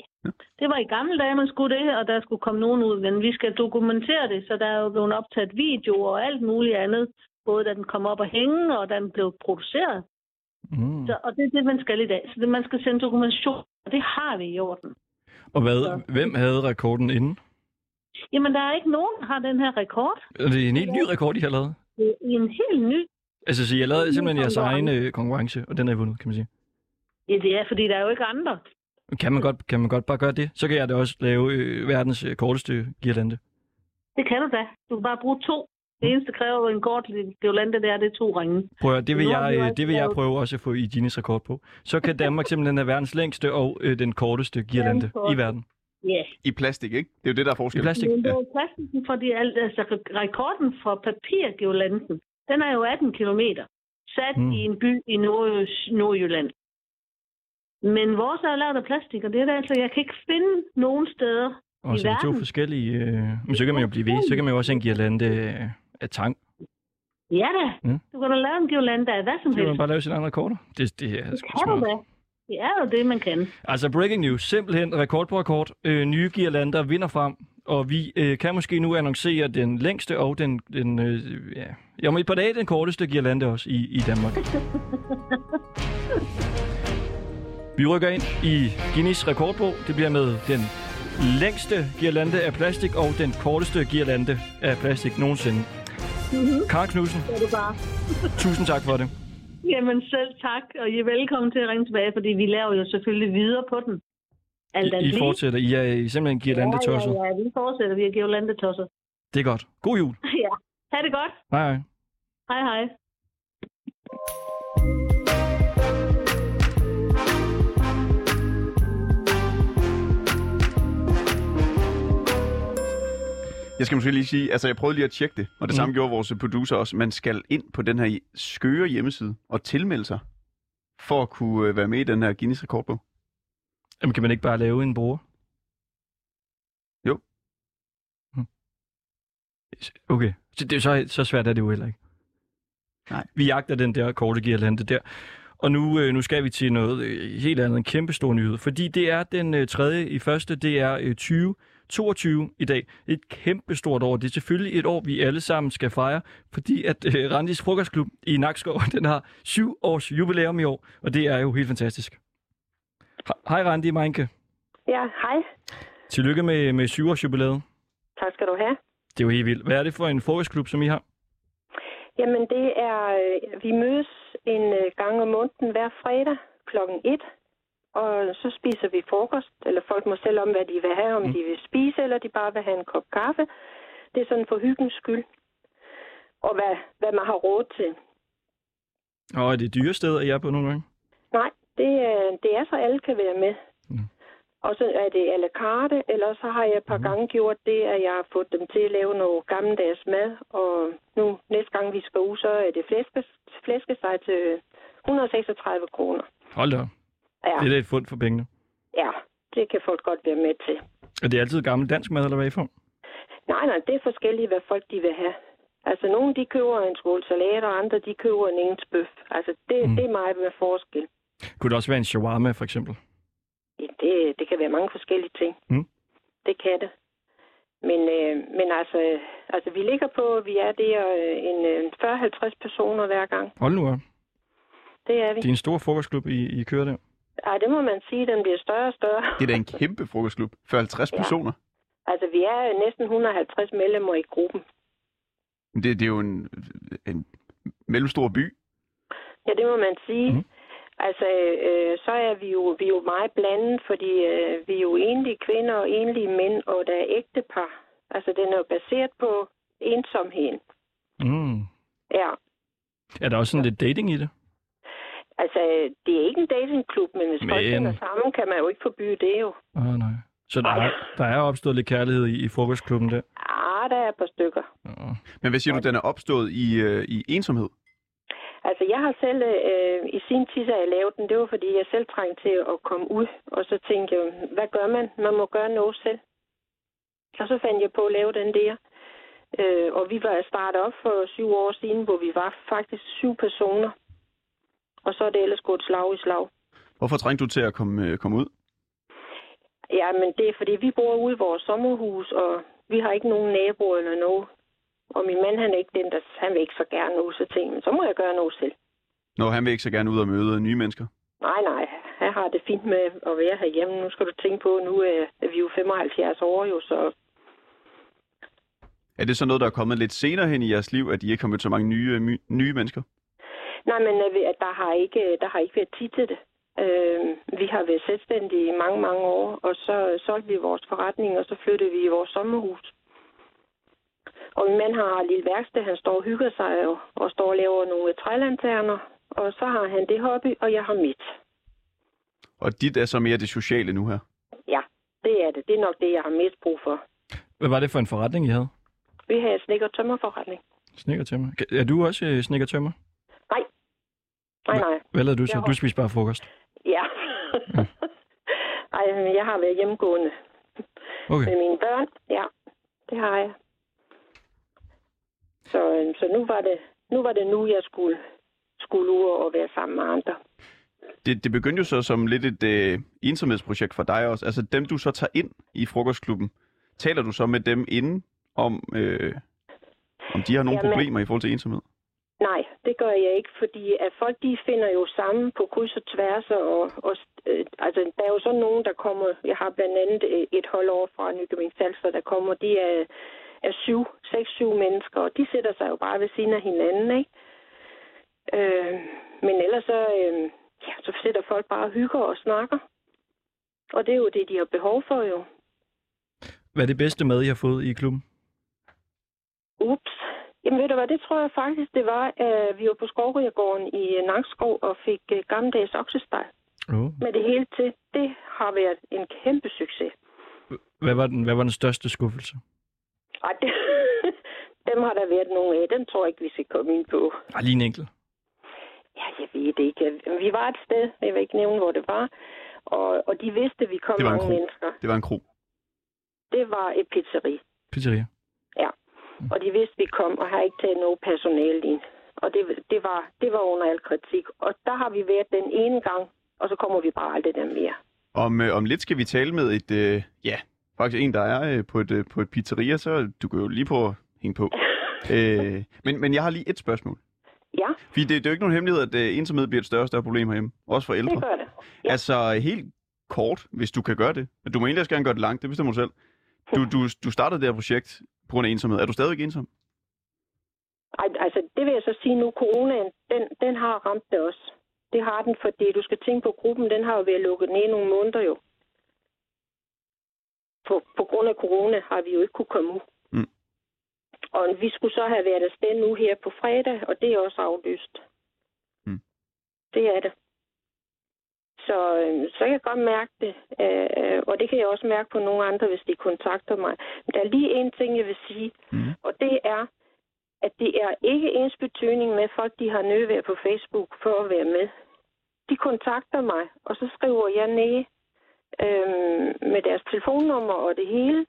[SPEAKER 7] Det var i gamle dage, man skulle det, og der skulle komme nogen ud, men vi skal dokumentere det, så der er jo blevet optaget videoer og alt muligt andet, både da den kom op og hænge, og da den blev produceret.
[SPEAKER 2] Mm.
[SPEAKER 7] Så, og det er det, man skal i dag. Så det, man skal sende dokumentation, og det har vi i orden.
[SPEAKER 2] Og hvad, hvem havde rekorden inden?
[SPEAKER 7] Jamen, der er ikke nogen, der har den her rekord.
[SPEAKER 2] Er det en helt ny rekord, I har lavet?
[SPEAKER 7] Det er en helt ny.
[SPEAKER 2] Altså, så jeg lavede simpelthen jeres egen øh, konkurrence, og den har I vundet, kan man sige.
[SPEAKER 7] Ja, det er, fordi der er jo ikke andre.
[SPEAKER 2] Kan man godt, kan man godt bare gøre det? Så kan jeg da også lave øh, verdens øh, korteste girlande.
[SPEAKER 7] Det kan du da. Du kan bare bruge to. Det eneste kræver en kort Jolanda, det er, det er to ringe.
[SPEAKER 2] Mm. Prøv at, høre, det vil
[SPEAKER 7] Nu har
[SPEAKER 2] jeg,
[SPEAKER 7] vi jo
[SPEAKER 2] øh,
[SPEAKER 7] altså
[SPEAKER 2] det vil jeg
[SPEAKER 7] lavet-
[SPEAKER 2] prøve også at få i Guinness rekord på. Så kan Danmark simpelthen have verdens længste og øh, den korteste girlande i verden.
[SPEAKER 7] Ja. Yeah.
[SPEAKER 1] I plastik, ikke? Det er jo det, der er
[SPEAKER 2] I
[SPEAKER 1] forskellen.
[SPEAKER 2] plastik.
[SPEAKER 7] Men det var plastikken, fordi alt- altså, re- rekorden for papirgeolanden, den er jo 18 kilometer, sat
[SPEAKER 2] Mm.
[SPEAKER 7] mm. i en by i Nord- Nordjylland. Men vores er lavet af plastik, og det er der altså, jeg kan ikke finde nogen steder.
[SPEAKER 2] Og
[SPEAKER 7] i
[SPEAKER 2] så er det to
[SPEAKER 7] verden.
[SPEAKER 2] forskellige... Øh, men så kan man jo blive ved. Så kan man jo også have en girlande øh, af tang.
[SPEAKER 7] Ja da,
[SPEAKER 2] Mm.
[SPEAKER 7] mm. du kan da lave en geoland, der er hvad som
[SPEAKER 2] Så kan man
[SPEAKER 7] helst.
[SPEAKER 2] bare lave sine andre rekorder. Det, det er sgu
[SPEAKER 7] Kan du
[SPEAKER 2] smart.
[SPEAKER 7] da? Det er jo det, man kan.
[SPEAKER 2] Altså breaking news. Simpelthen rekord på rekord. Øh, nye girlander vinder frem. Og vi øh, kan måske nu annoncere den længste og den... den øh, ja. ja, Om et par dage den korteste girlande også i, i Danmark. Vi rykker ind i Guinness rekordbog. Det bliver med den længste girlande af plastik og den korteste girlande af plastik nogensinde. Mm-hmm. Karen Knudsen,
[SPEAKER 7] Det er det bare.
[SPEAKER 2] tusind tak for det.
[SPEAKER 7] Jamen selv tak, og I er velkommen til at ringe tilbage, fordi vi laver jo selvfølgelig videre på den. Alt andet
[SPEAKER 2] I, I
[SPEAKER 7] lige.
[SPEAKER 2] fortsætter. I er I er simpelthen girlande tosset.
[SPEAKER 7] Ja, ja, ja, vi fortsætter, vi er geolande tosset.
[SPEAKER 2] Det er godt. God jul.
[SPEAKER 7] (laughs) ja. Ha' det godt.
[SPEAKER 2] Hej hej.
[SPEAKER 7] Hej hej.
[SPEAKER 1] Jeg skal måske lige sige, altså jeg prøvede lige at tjekke det, og det
[SPEAKER 2] Mm.
[SPEAKER 1] mm. samme gjorde vores producer også. Man skal ind på den her skøre hjemmeside og tilmelde sig, for at kunne øh, være med i den her Guinness rekordbog.
[SPEAKER 2] Jamen, kan man ikke bare lave en bruger?
[SPEAKER 1] Jo.
[SPEAKER 2] Hm. Okay, så, det, så, så svært er det jo heller ikke.
[SPEAKER 1] Nej.
[SPEAKER 2] Vi jagter den der korte girlande der. Og nu, øh, nu skal vi til noget øh, helt andet, en kæmpe stor nyhed. Fordi det er den øh, tredje i første, det er øh, 2022 i dag. Et kæmpe stort år. Det er selvfølgelig et år, vi alle sammen skal fejre, fordi at øh, Randis Frokostklub i Nakskov, (laughs) den har syv års jubilæum i år, og det er jo helt fantastisk. He- Hej Randi Meinke.
[SPEAKER 8] Ja, hej.
[SPEAKER 2] Tillykke med, med syvårsjubilæet.
[SPEAKER 8] Tak skal du have.
[SPEAKER 2] Det er jo helt vildt. Hvad er det for en frokostklub, som I har?
[SPEAKER 8] Jamen, det er, øh, vi mødes en øh, gang om måneden hver fredag kl. 1, og så spiser vi frokost, eller folk må selv om, hvad de vil have, om mm. de vil spise, eller de bare vil have en kop kaffe. Det er sådan for hyggens skyld, og hvad, hvad man har råd til.
[SPEAKER 2] Og er det dyre steder, I er på nogle gange?
[SPEAKER 8] Nej, det, øh, det er så alle kan være med. Og så er det à la carte, eller så har jeg et par gange gjort det, at jeg har fået dem til at lave noget gammeldags mad. Og nu næste gang vi skal ud, så er det flæske, flæskesteg til 136 kroner.
[SPEAKER 2] Hold da op.
[SPEAKER 8] Ja,
[SPEAKER 2] Det er da et fund for pengene.
[SPEAKER 8] ja, det kan folk godt være med til.
[SPEAKER 2] Er det altid gammel dansk mad, eller hvad I får?
[SPEAKER 8] Nej, nej, det er forskelligt, hvad folk de vil have. Altså, nogle de køber en skål salat, og andre de køber en engelsk bøf. Altså, det, mm. det er meget med forskel.
[SPEAKER 2] Kunne det også være en shawarma, for eksempel?
[SPEAKER 8] Ja, det, det kan være mange forskellige ting.
[SPEAKER 2] Mm.
[SPEAKER 8] Det kan det. Men, øh, men altså, øh, altså, vi ligger på, at vi er der øh, en øh, 40-50 personer hver gang.
[SPEAKER 2] Hold nu op.
[SPEAKER 8] Det er vi.
[SPEAKER 2] Det er en stor frokostklub, I, I kører der.
[SPEAKER 8] Ej, det må man sige, den bliver større og større.
[SPEAKER 1] Det er da en kæmpe frokostklub for 50 ja. personer.
[SPEAKER 8] Altså, vi er øh, næsten 150 medlemmer i gruppen.
[SPEAKER 1] Men Det, det er jo en, en mellemstor by.
[SPEAKER 8] Ja, det må man sige. Mm. Altså, øh, så er vi jo, vi er jo meget blandet, fordi øh, vi er jo enlige kvinder og enlige mænd, og der er ægtepar. Altså, den er jo baseret på ensomheden.
[SPEAKER 2] Mm.
[SPEAKER 8] Ja.
[SPEAKER 2] Er der også sådan lidt dating i det?
[SPEAKER 8] Altså, det er ikke en datingklub, men hvis folk
[SPEAKER 2] Men-
[SPEAKER 8] finder sammen, kan man jo ikke forbyde det jo.
[SPEAKER 2] Åh, oh, nej. Så der er, der er opstået lidt kærlighed i, i frokostklubben der.
[SPEAKER 8] Ah, der er et par stykker.
[SPEAKER 2] Åh.
[SPEAKER 1] Men hvad siger du, den er opstået i, øh, i ensomhed?
[SPEAKER 8] Altså, jeg har selv øh, i sin tid, da jeg lavede den, det var fordi, jeg selv trængte til at komme ud. Og så tænkte jeg, hvad gør man? Man må gøre noget selv. Og så fandt jeg på at lave den der. Øh, og vi var startet op for syv år siden, hvor vi var faktisk syv personer. Og så er det ellers gået slag i slag.
[SPEAKER 1] Hvorfor trængte du til at komme, øh, komme ud?
[SPEAKER 8] Ja, men det er fordi, vi bor ude i vores sommerhus, og vi har ikke nogen naboer eller noget. Og min mand, han er ikke den, der han vil ikke så gerne noget, så tænkte jeg, "Men så må jeg gøre noget selv.
[SPEAKER 1] Når han vil ikke så gerne ud og møde nye mennesker.
[SPEAKER 8] Nej, nej, han har det fint med at være herhjemme. Nu skal du tænke på, nu øh, er vi jo 75 år jo, så
[SPEAKER 1] Er det så noget, der er kommet lidt senere hen i jeres liv, at I ikke har mødt så mange nye, øh, my, nye mennesker?
[SPEAKER 8] nej, men øh, vi- at der har ikke, der har ikke været tid til det. Øh, vi har været selvstændige i mange, mange år, og så øh, solgte vi vores forretning, og så flyttede vi i vores sommerhus. Og min mand har et lille værksted, han står og hygger sig jo, og står og laver nogle øh, trælanterner, og så har han det hobby, og jeg har mit.
[SPEAKER 1] Og dit er så mere det sociale nu her.
[SPEAKER 8] Ja, det er det. Det er nok det, jeg har mest brug for.
[SPEAKER 2] Hvad var det for en forretning, I havde?
[SPEAKER 8] Vi har snikker og tømmerforretning.
[SPEAKER 2] Snikker tømmer. Er du også øh, snikker tømmer?
[SPEAKER 8] Nej, nej.
[SPEAKER 2] Hvad lavede du så?
[SPEAKER 8] Jeg
[SPEAKER 2] Du
[SPEAKER 8] var-
[SPEAKER 2] spiser bare frokost.
[SPEAKER 8] Ja. (laughs) Ej, men jeg har været hjemmegående
[SPEAKER 2] Okay.
[SPEAKER 8] med mine børn. Ja, det har jeg. Så, øhm, så nu var det nu, var det nu jeg skulle, skulle ud og være sammen med andre.
[SPEAKER 1] Det, det begyndte jo så som lidt et øh, ensomhedsprojekt for dig også. Altså dem, du så tager ind i frokostklubben, taler du så med dem inden om, øh, om de har nogle
[SPEAKER 8] Jamen-
[SPEAKER 1] problemer i forhold til ensomhed?
[SPEAKER 8] Nej, det gør jeg ikke, fordi at folk de finder jo sammen på kryds og tværs, og, og øh, altså, der er jo så nogen, der kommer, jeg har blandt andet øh, et hold over fra Nykøbing Falster, der kommer, de er, er syv, seks, syv mennesker, og de sætter sig jo bare ved siden af hinanden, ikke? Øh, men ellers så, øh, ja, så sidder folk bare og hygger og snakker, og det er jo det, de har behov for jo.
[SPEAKER 2] Hvad er det bedste mad, I har fået i klubben?
[SPEAKER 8] Ups. Jamen ved du hvad, det tror jeg faktisk, det var, at vi var på Skovrygergården i øh, Nakskov og fik øh, gammeldags oksesteg
[SPEAKER 2] Oh.
[SPEAKER 8] med det hele til. Det har været en kæmpe succes.
[SPEAKER 2] Hvad, var den, hvad var den største skuffelse?
[SPEAKER 8] Ej, det, (laughs) dem har der været nogle af. Dem tror jeg ikke, vi skal komme ind på.
[SPEAKER 2] Ej, lige en enkelt.
[SPEAKER 8] Ja, jeg ved det ikke. Vi var et sted, jeg vil ikke nævne, hvor det var. Og, og de vidste, at vi kom
[SPEAKER 1] Det var en
[SPEAKER 8] mange
[SPEAKER 1] kro.
[SPEAKER 8] mennesker.
[SPEAKER 1] Det var en kro.
[SPEAKER 8] Det var et pizzeri.
[SPEAKER 2] Pizzeria.
[SPEAKER 8] Og de vidste, vi kom, og har ikke taget noget personale ind. Og det, det, var, det var under al kritik. Og der har vi været den ene gang, og så kommer vi bare aldrig der mere.
[SPEAKER 1] Om, øh, om lidt skal vi tale med et, øh, ja, faktisk en, der er øh, på, et, øh, på et pizzeria, så du kan jo lige på at hænge
[SPEAKER 8] (laughs)
[SPEAKER 1] på. øh, men, men jeg har lige et spørgsmål.
[SPEAKER 8] Ja,
[SPEAKER 1] Fordi det, det er jo ikke nogen hemmelighed, at øh, ensomhed bliver et større og større problem herhjemme. Også for ældre.
[SPEAKER 8] det gør det.
[SPEAKER 1] Ja. Altså helt kort, hvis du kan gøre det. Du må egentlig også gerne gøre det langt, det bestemmer du selv. Du, du, du startede det her projekt på grund af ensomhed. Er du stadigvæk ensom?
[SPEAKER 8] Ej, altså, det vil jeg så sige nu, coronaen, den, den har ramt det også. Det har den, fordi du skal tænke på gruppen, den har jo været lukket ned i nogle måneder jo. På, på grund af corona har vi jo ikke kunne komme ud.
[SPEAKER 1] Mm.
[SPEAKER 8] Og vi skulle så have været afsted nu her på fredag, og det er også aflyst.
[SPEAKER 1] Mm.
[SPEAKER 8] Det er det. Så, øh, så kan jeg godt mærke det, øh, øh, og det kan jeg også mærke på nogle andre, hvis de kontakter mig. Men der er lige en ting, jeg vil sige,
[SPEAKER 1] Mm.
[SPEAKER 8] og det er, at det er ikke ens betydning med folk, de har nødvær på Facebook for at være med. De kontakter mig, og så skriver jeg ned øhm, med deres telefonnummer og det hele,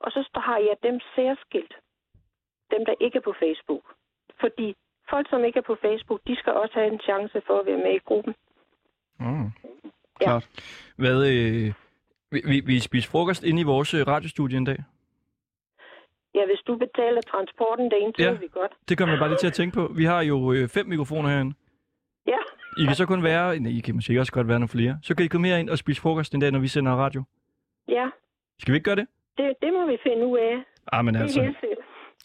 [SPEAKER 8] og så st- har jeg dem særskilt. Dem, der ikke er på Facebook. Fordi folk, som ikke er på Facebook, de skal også have en chance for at være med i gruppen.
[SPEAKER 2] Mm.
[SPEAKER 8] Ja.
[SPEAKER 1] Klart.
[SPEAKER 2] Hvad, øh, vi, vi, vi spiste frokost inde i vores øh, radiostudie en dag.
[SPEAKER 8] Ja, hvis du betaler transporten derinde, så
[SPEAKER 2] Ja.
[SPEAKER 8] ja. vi godt.
[SPEAKER 2] Det kommer jeg bare lige til at tænke på. Vi har jo øh, fem mikrofoner herinde.
[SPEAKER 8] Ja,
[SPEAKER 2] I kan så kun være, nej, I kan måske også godt være nogle flere. Så kan I komme herind og spise frokost en dag, når vi sender radio.
[SPEAKER 8] ja.
[SPEAKER 2] Skal vi ikke gøre det?
[SPEAKER 8] Det, det må vi finde ud af.
[SPEAKER 2] Ah, men
[SPEAKER 8] Det
[SPEAKER 2] altså.
[SPEAKER 8] er helt sikkert.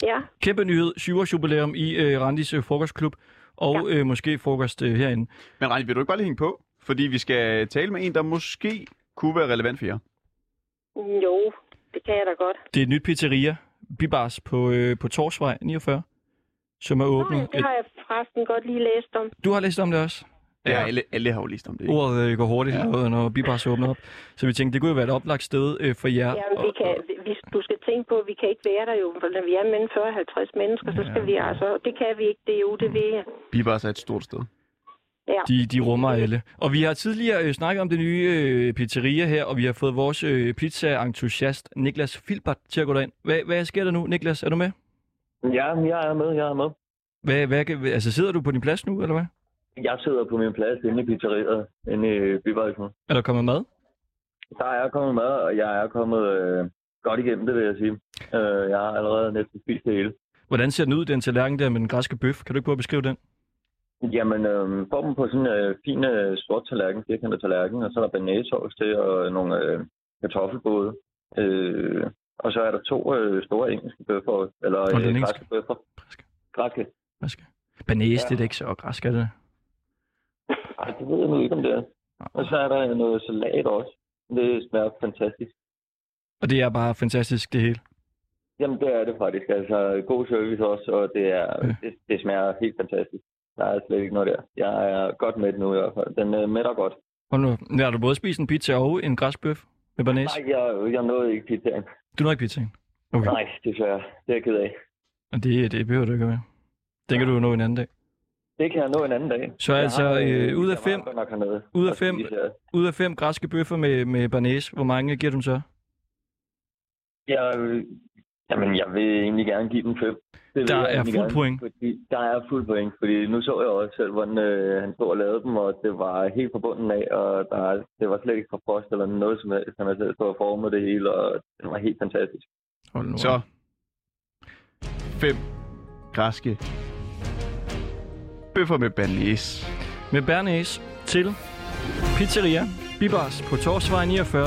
[SPEAKER 8] Ja,
[SPEAKER 2] Kæmpe nyhed, 7-års jubilæum i øh, Randis øh, frokostklub, og øh, måske frokost øh, herinde.
[SPEAKER 1] Men Rani, vil du ikke bare lige hænge på? Fordi vi skal tale med en, der måske kunne være relevant for jer.
[SPEAKER 8] jo, det kan jeg da godt.
[SPEAKER 2] Det er et nyt pizzeria, Bibars, på, øh, på Torsvej 49, som er
[SPEAKER 8] Nå, ja,
[SPEAKER 2] åbnet.
[SPEAKER 8] det har jeg forresten godt lige læst om.
[SPEAKER 2] Du har læst om det også?
[SPEAKER 1] Ja, alle, alle har jo læst om det. Ikke?
[SPEAKER 2] Ordet øh, går hurtigt, ja. noget, når Bibars åbner op. Så vi tænkte, det kunne jo være et oplagt sted øh, for jer.
[SPEAKER 8] Jamen, vi kan, vi- vi, du skal tænke på, at vi kan ikke være der jo. For når vi er mellem 40 og 50 mennesker, så skal vi altså... Det kan vi ikke, det er jo det ved jeg.
[SPEAKER 1] Bibars er et stort sted.
[SPEAKER 8] Ja.
[SPEAKER 2] De, de rummer alle. Og vi har tidligere øh, snakket om det nye øh, pizzeria her, og vi har fået vores øh, pizza-entusiast Niklas Filbert til at gå derind. Hvad, hvad sker der nu, Niklas? Er du med?
[SPEAKER 3] Ja, men jeg er med, jeg er med.
[SPEAKER 2] Hvad, hvad, kan- altså, sidder du på din plads nu, eller hvad?
[SPEAKER 3] Jeg sidder på min plads inde i pizzeriet, inde i bivalsen.
[SPEAKER 2] Er der kommet mad?
[SPEAKER 3] Der er jeg kommet mad, og jeg er kommet øh, godt igennem det, vil jeg sige. Øh, jeg har allerede næsten spist det hele.
[SPEAKER 2] Hvordan ser den ud, den tallerken der med den græske bøf? Kan du ikke prøve at beskrive den?
[SPEAKER 3] Jamen, øh, får dem på sådan en øh, fin øh, sort tallerken, firkantet tallerken, og så er der banæsovs til, og nogle øh, kartoffelbåde. Øh, og så er der to øh, store engelske bøffer, eller
[SPEAKER 2] det er
[SPEAKER 3] øh,
[SPEAKER 2] engelsk.
[SPEAKER 3] græske bøffer. Græske.
[SPEAKER 2] Hvad skal? Banæs, ja. det er da ikke så græsk, er det?
[SPEAKER 3] Ej, det ved jeg nu ikke, om det er. Og så er der noget salat også. Det smager fantastisk.
[SPEAKER 2] Og det er bare fantastisk, det hele.
[SPEAKER 3] Jamen, det er det faktisk. Altså, god service også, og det, er, det, det smager helt fantastisk. Der er slet ikke noget der. Jeg er godt med nu i hvert fald. Den øh, mætter godt.
[SPEAKER 2] Hold nu, har du både spist en pizza og en græsk bøf med banæs?
[SPEAKER 3] Nej, jeg, jeg nåede ikke pizzaen.
[SPEAKER 2] Du når ikke pizzaen? Okay.
[SPEAKER 3] Nej, desværre. Det er jeg ked af.
[SPEAKER 2] Og det, det behøver du ikke at være. Det kan du jo nå en anden dag.
[SPEAKER 3] Det kan jeg nå en anden dag.
[SPEAKER 2] Så
[SPEAKER 3] jeg
[SPEAKER 2] altså, øh, ud af
[SPEAKER 3] jeg
[SPEAKER 2] fem-
[SPEAKER 3] har godt nok hernede.
[SPEAKER 2] Ud af
[SPEAKER 3] Og
[SPEAKER 2] fem,
[SPEAKER 3] spise, ja.
[SPEAKER 2] ud af fem græske bøffer med, med banæs, hvor mange giver du dem så?
[SPEAKER 3] Jeg, øh, jamen, jeg vil egentlig gerne give den fem. Det vil
[SPEAKER 2] Der
[SPEAKER 3] jeg
[SPEAKER 2] er
[SPEAKER 3] egentlig
[SPEAKER 2] fuld
[SPEAKER 3] gerne,
[SPEAKER 2] point.
[SPEAKER 3] Fordi, der er fuld point, fordi nu så jeg også selv, hvordan øh, han stod og lavede dem, og det var helt på bunden af, og der, det var slet ikke for frost eller noget som helst. Han havde selv stået og formet det hele, og det var helt fantastisk.
[SPEAKER 2] Hold nu.
[SPEAKER 1] Så fem græske bøffer med banæs.
[SPEAKER 2] Med bernæs til pizzeria Bibars på Torsvej 49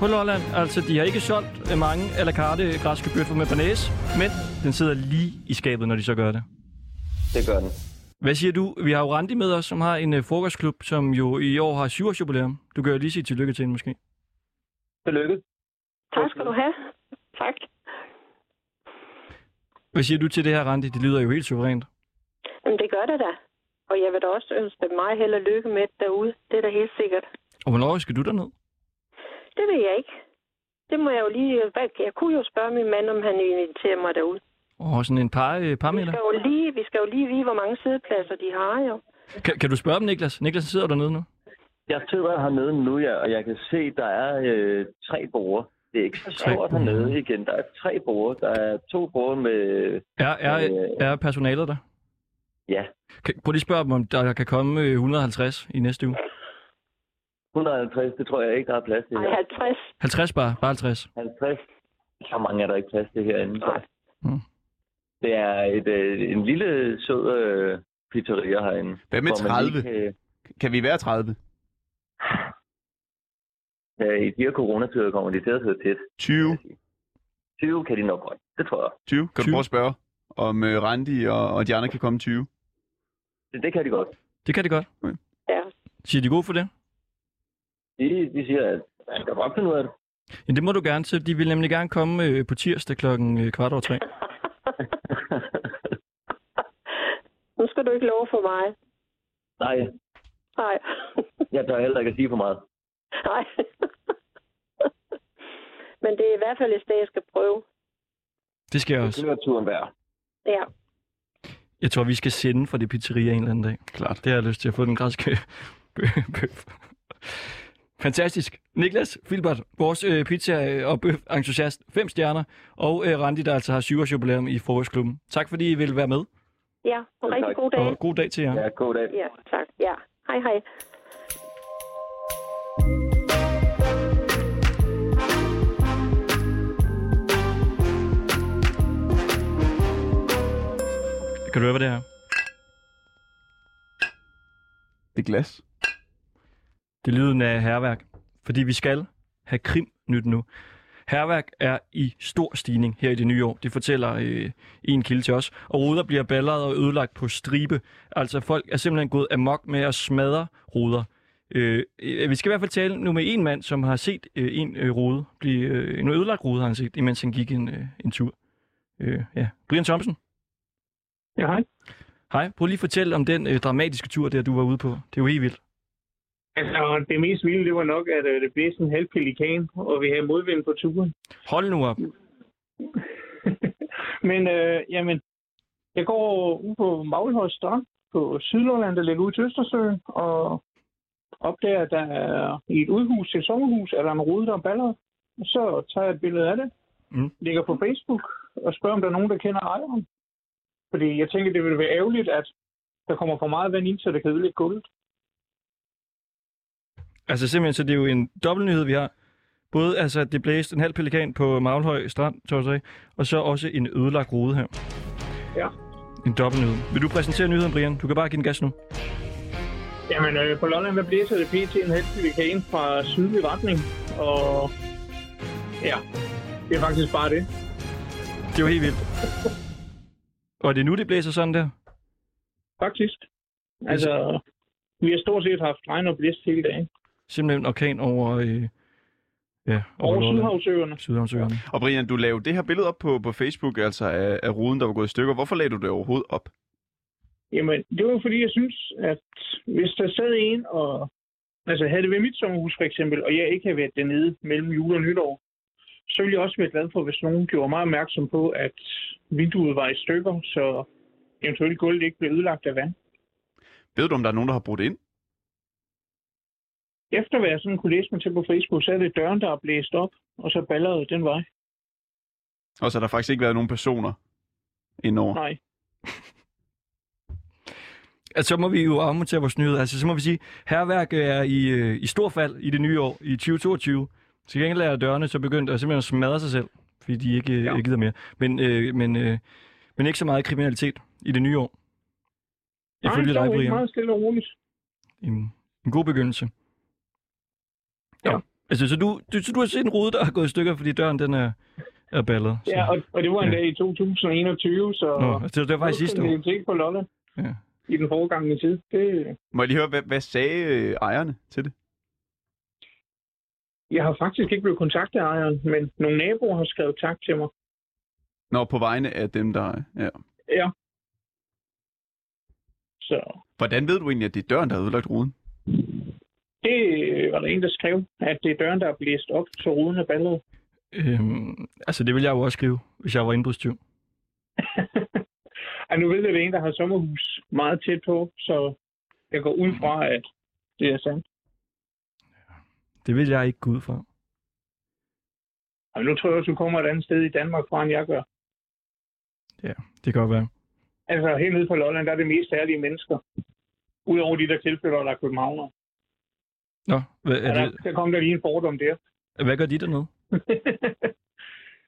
[SPEAKER 2] på Lolland. Altså, de har ikke solgt øh, mange a la carte græske bøffer med banæs, men den sidder lige i skabet, når de så gør det.
[SPEAKER 3] Det gør den.
[SPEAKER 2] Hvad siger du? Vi har jo Randi med os, som har en øh, frokostklub, som jo i år har 7 års jubilæum. Du kan jo lige sige tillykke til hende måske.
[SPEAKER 3] Tillykke.
[SPEAKER 8] Tak skal du have. Tak.
[SPEAKER 2] Hvad siger du til det her, Randi? Det lyder jo helt suverænt.
[SPEAKER 8] Jamen, det gør det da. Og jeg vil da også ønske dig meget held og lykke med det derude. Det er da helt sikkert.
[SPEAKER 2] Og hvornår skal du derned?
[SPEAKER 8] Det ved jeg ikke. Det må jeg jo lige... hvad- Jeg kunne jo spørge min mand, om han inviterer mig derud.
[SPEAKER 2] Og sådan en par, øh, par
[SPEAKER 8] Vi
[SPEAKER 2] meter.
[SPEAKER 8] skal, jo lige, vi skal jo lige vide, hvor mange sidepladser de har jo.
[SPEAKER 2] Kan, kan du spørge dem, Niklas? Niklas sidder dernede nu.
[SPEAKER 3] Jeg sidder hernede nu, ja, og jeg kan se, der er øh, tre borer. Det er ikke så
[SPEAKER 2] Tre
[SPEAKER 3] stort
[SPEAKER 2] borde.
[SPEAKER 3] hernede igen. Der er tre borer. Der er to borer med... øh,
[SPEAKER 2] Er, er, er personalet der?
[SPEAKER 3] Ja,
[SPEAKER 2] Kan, prøv lige at spørge dem, om der kan komme øh, 150 i næste uge.
[SPEAKER 3] 150, det tror jeg ikke, der er plads til.
[SPEAKER 8] Ej,
[SPEAKER 3] her.
[SPEAKER 8] 50.
[SPEAKER 2] 50 bare, bare 50.
[SPEAKER 3] 50. Så mange er der ikke plads til herinde. Nej.
[SPEAKER 2] Mm.
[SPEAKER 3] Det er et, øh, en lille sød øh, pizzeria herinde.
[SPEAKER 1] Hvad med
[SPEAKER 3] hvor man lige
[SPEAKER 1] 30?
[SPEAKER 3] kan-
[SPEAKER 1] Kan vi være 30?
[SPEAKER 3] Ja, I de her coronatider kommer de til at sidde tæt.
[SPEAKER 1] 20?
[SPEAKER 3] 20 kan de nok godt, det tror jeg.
[SPEAKER 1] 20? Kan
[SPEAKER 2] 20?
[SPEAKER 1] du prøve at spørge, om øh, Randi og, og de andre kan komme 20?
[SPEAKER 3] Det, det kan de godt.
[SPEAKER 2] Det kan det godt.
[SPEAKER 8] Ja.
[SPEAKER 2] Siger de god for det?
[SPEAKER 3] De, de siger, at man kan godt finde ud af det.
[SPEAKER 2] Ja, det må du gerne til. De vil nemlig gerne komme øh, på tirsdag klokken øh, kvart over tre.
[SPEAKER 8] Nu skal du ikke love for mig.
[SPEAKER 3] Nej,
[SPEAKER 8] Nej.
[SPEAKER 3] jeg tør heller ikke at sige for meget.
[SPEAKER 8] Nej. Men det er i hvert fald et sted, jeg skal prøve.
[SPEAKER 2] Det skal jeg
[SPEAKER 3] Det
[SPEAKER 2] også.
[SPEAKER 3] er turen værd.
[SPEAKER 8] Ja.
[SPEAKER 2] Jeg tror, vi skal sende fra det pizzeria en eller anden dag.
[SPEAKER 1] Klart.
[SPEAKER 2] Det har jeg lyst til at få den græske (laughs) bø- bøf. Fantastisk. Niklas Filbert, vores øh, pizza- og bøf-entusiast, fem stjerner, og øh, Randi, der altså har 7-års jubilæum i frokostklubben. Tak fordi I ville være med,
[SPEAKER 8] Ja, en rigtig
[SPEAKER 3] tak.
[SPEAKER 8] god dag.
[SPEAKER 2] og god dag til jer.
[SPEAKER 3] Ja, god dag.
[SPEAKER 8] Ja, tak. Ja. Hej, hej.
[SPEAKER 2] Kan du høre, hvad det er?
[SPEAKER 1] Det er glas.
[SPEAKER 2] Det er lyden af herværk, fordi vi skal have krim nyt nu. Herværk er i stor stigning her i det nye år, det fortæller øh, en kilde til os. Og ruder bliver balleret og ødelagt på stribe. Altså folk er simpelthen gået amok med at smadre ruder. Øh, øh, vi skal i hvert fald tale nu med en mand, som har set øh, en øh, rude blive... Øh, en ødelagt rude har han set, imens han gik en, øh, en tur. Øh, ja. Brian Thomsen?
[SPEAKER 9] Ja, hej.
[SPEAKER 2] Hej. Prøv lige at fortælle om den øh, dramatiske tur, der du var ude på. Det er jo helt vildt.
[SPEAKER 9] Altså, det mest vilde, det var nok, at øh, det blev sådan en halv pelikan, og vi havde modvind på turen.
[SPEAKER 2] Hold nu op.
[SPEAKER 9] Men, øh, jamen, jeg går ud på Maglehøj Strand på Sydlolland, der ligger ude til Østersøen, og opdager, at der er i et udhus til et sommerhus, er der en rude, der er balleret. Så tager jeg et billede af det,
[SPEAKER 2] Mm.
[SPEAKER 9] lægger på Facebook og spørger, om der er nogen, der kender ejeren. Fordi jeg tænker, det ville være ærgerligt, at der kommer for meget vand ind, så det kan ødelægge gulvet.
[SPEAKER 2] Altså simpelthen, så det er jo en dobbeltnyhed, vi har. Både altså, at det blæste en halv pelikan på Maglehøj Strand, torsdag, og så også en ødelagt rode her.
[SPEAKER 9] Ja.
[SPEAKER 2] En dobbeltnyhed. Vil du præsentere nyheden, Brian? Du kan bare give den gas nu.
[SPEAKER 9] Jamen, øh, på Lolland, der blæser det pt. en halv pelikan fra sydlig retning, og ja, det er faktisk bare det.
[SPEAKER 2] Det er jo helt vildt. Og er det nu, det blæser sådan der?
[SPEAKER 9] Faktisk. Altså, vi har stort set haft regn og blæst hele dagen.
[SPEAKER 2] Simpelthen en orkan over... Øh, ja,
[SPEAKER 9] Over
[SPEAKER 2] Lolland.
[SPEAKER 9] Sydhavsøerne.
[SPEAKER 2] Sydhavnsøerne.
[SPEAKER 1] Og Brian, du lavede det her billede op på, på Facebook, altså af, af ruden, der var gået i stykker. Hvorfor lagde du det overhovedet op?
[SPEAKER 9] Jamen, det var fordi, jeg synes, at hvis der sad en og... Altså, havde det været mit sommerhus for eksempel, og jeg ikke havde været dernede mellem jul og nytår, så ville jeg også være glad for, hvis nogen gjorde mig opmærksom på, at vinduet var i stykker, så eventuelt gulvet ikke blev ødelagt af vand.
[SPEAKER 1] Ved du, om der er nogen, der har brudt ind?
[SPEAKER 9] Efter hvad jeg sådan kunne læse mig til på Facebook, så er det døren, der er blæst op, og så ballerede den vej.
[SPEAKER 1] Og så har der faktisk ikke været nogen personer indover.
[SPEAKER 9] Nej.
[SPEAKER 2] Altså, så må vi jo afmontere vores nyhed. Altså, så må vi sige, herværk er i, øh, i stor fald i det nye år, i 2022. Til gengæld er dørene så begyndt at simpelthen at smadre sig selv, fordi de ikke øh, ja. gider mere. Men, øh, men, øh, men ikke så meget kriminalitet i det nye år. Ifølge
[SPEAKER 9] Nej, det
[SPEAKER 2] dig,
[SPEAKER 9] var ikke
[SPEAKER 2] Brian.
[SPEAKER 9] meget stille og roligt.
[SPEAKER 2] En, en god begyndelse. Ja. Altså, så du, du, så du har set en rude, der er gået i stykker, fordi døren den er, er ballet. Så.
[SPEAKER 9] Ja, og, og det var en
[SPEAKER 2] Ja.
[SPEAKER 9] dag i 2021, så...
[SPEAKER 2] Nå, altså, det var faktisk sidste år.
[SPEAKER 9] Kriminalitet på Lolland.
[SPEAKER 2] Ja.
[SPEAKER 9] I den foregangne tid. Det,
[SPEAKER 1] Må jeg lige høre, hvad, hvad sagde øh, ejerne til det?
[SPEAKER 9] Jeg har faktisk ikke blevet kontaktet af ejeren, men nogle naboer har skrevet tak til mig.
[SPEAKER 1] Nå, på vegne af dem, der... Ja.
[SPEAKER 9] Ja. Så
[SPEAKER 1] Hvordan ved du egentlig, at det er døren, der har ødelagt ruden?
[SPEAKER 9] det øh, var der en, der skrev, at det er døren, der er blæst op, så ruden er ballet.
[SPEAKER 2] Øhm, altså, det ville jeg jo også skrive, hvis jeg var indbrudstyv.
[SPEAKER 9] Ej, nu ved jeg, at det er en, der har sommerhus meget tæt på, så jeg går ud fra, at det er sandt.
[SPEAKER 2] Det vil jeg ikke gå ud fra.
[SPEAKER 9] Og nu tror jeg, at du kommer et andet sted i Danmark fra, end jeg gør.
[SPEAKER 2] Det kan godt være.
[SPEAKER 9] Altså, helt nede på Lolland, der er det mest ærlige mennesker. Udover de, der tilflytter, der er københavner.
[SPEAKER 2] Nå, hvad,
[SPEAKER 9] Ja,
[SPEAKER 2] er
[SPEAKER 9] der,
[SPEAKER 2] det,
[SPEAKER 9] der kom der lige en fordom der.
[SPEAKER 2] hvad gør de dernede?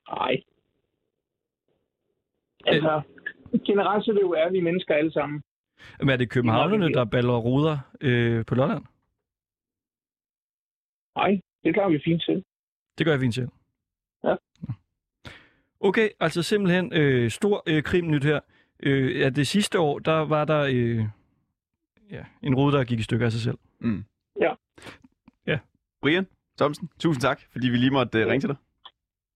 [SPEAKER 9] Nej. Altså, generelt så er det jo ærlige mennesker alle sammen.
[SPEAKER 2] Men er det københavnerne, der baller ruder øh, på Lolland?
[SPEAKER 9] Nej, det klarer vi fint til.
[SPEAKER 2] Det gør jeg fint selv.
[SPEAKER 9] Ja.
[SPEAKER 2] Okay, altså simpelthen øh, stor øh, krimnyt her. Øh, ja, det sidste år, der var der øh, ja, en rude, der gik i stykker af sig selv.
[SPEAKER 1] Mm.
[SPEAKER 9] Ja.
[SPEAKER 2] Ja.
[SPEAKER 1] Brian Thomsen, tusind tak, fordi vi lige måtte øh, ringe til dig.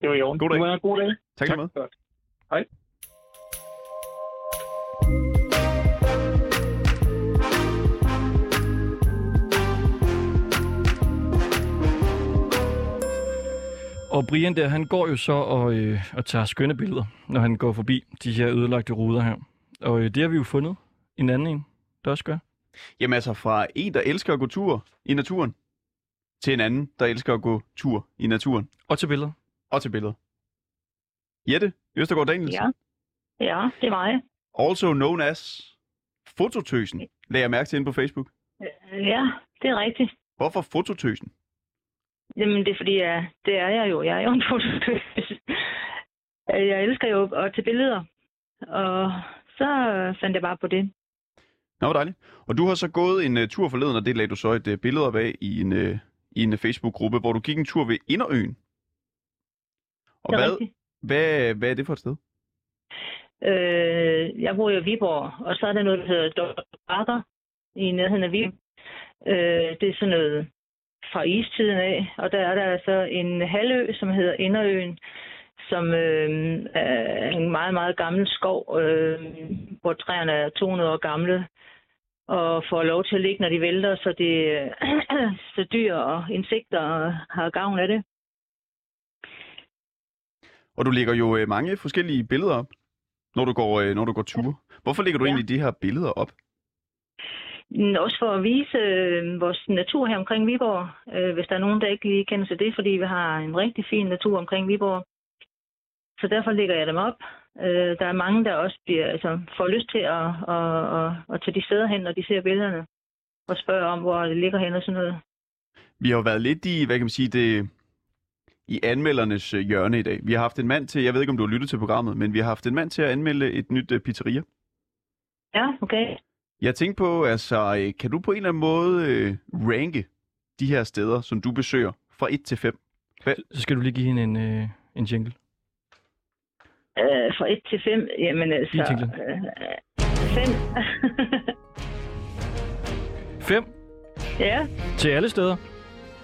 [SPEAKER 9] Det var i orden.
[SPEAKER 1] God dag.
[SPEAKER 9] Du må have en god dag.
[SPEAKER 1] Tak, tak. Med.
[SPEAKER 2] Og Brian der, han går jo så og, øh, og tager skønne billeder, når han går forbi de her ødelagte ruder her. Og øh, det har vi jo fundet en anden en, der også gør.
[SPEAKER 1] Jamen altså, fra en, der elsker at gå tur i naturen, til en anden, der elsker at gå tur i naturen
[SPEAKER 2] Og til billeder.
[SPEAKER 1] og til billeder. Jette Østergaard Danielsen,
[SPEAKER 7] Ja. Ja, det er mig.
[SPEAKER 1] also known as Fototøsen, lagde jeg mærke til inde på Facebook.
[SPEAKER 7] Øh, Ja, det er rigtigt.
[SPEAKER 1] Hvorfor Fototøsen?
[SPEAKER 7] Jamen, det er fordi, ja, det er jeg jo. Jeg er jo en (laughs) fototøs. Øh, Jeg elsker jo at tage billeder. Og så øh, fandt jeg bare på det.
[SPEAKER 1] Nå, hvor dejligt. Og du har så gået en uh, tur forleden, og det lagde du så øh, et uh, billede op af i en, uh, i en uh, Facebook-gruppe, hvor du gik en tur ved Inderøen. Og
[SPEAKER 10] Det er
[SPEAKER 1] hvad,
[SPEAKER 10] rigtigt.
[SPEAKER 1] hvad, hvad er det for et sted?
[SPEAKER 10] Øh, jeg bor jo i Viborg, og så er der noget, der hedder Dr. Bakker i nærheden af Viborg. Øh, det er sådan noget fra istiden af, og der er der altså en halvø, som hedder Inderøen, som øh, er en meget, meget gammel skov, øh, hvor træerne er 200 år gamle, og får lov til at ligge, når de vælter, så, det, (clears throat) så dyr og insekter har gavn af det.
[SPEAKER 1] Og du lægger jo øh, mange forskellige billeder op, når du går, øh, når du går ture. Hvorfor lægger du ja. egentlig de her billeder op?
[SPEAKER 10] Mm, Også for at vise øh, vores natur her omkring Viborg, øh, hvis der er nogen, der ikke lige kender til det, fordi vi har en rigtig fin natur omkring Viborg. Så derfor lægger jeg dem op. Øh, der er mange, der også bliver, altså, får lyst til at, at, at, at tage de steder hen, når de ser billederne, og spørger om, hvor det ligger hen og sådan noget.
[SPEAKER 1] Vi har jo været lidt i, hvad kan man sige, det, i anmeldernes øh, hjørne i dag. Vi har haft en mand til, jeg ved ikke om du har lyttet til programmet, men vi har haft en mand til at anmelde et nyt øh, pizzeria.
[SPEAKER 10] Ja, okay.
[SPEAKER 1] Jeg tænkte på, altså, øh, kan du på en eller anden måde øh, ranke de her steder, som du besøger, fra 1 til 5?
[SPEAKER 2] Så skal du lige give hende en, øh, en jingle.
[SPEAKER 10] Øh, fra 1 til 5, jamen altså...
[SPEAKER 2] Lige tænk lidt. 5
[SPEAKER 10] 5, (laughs) ja,
[SPEAKER 2] til alle steder.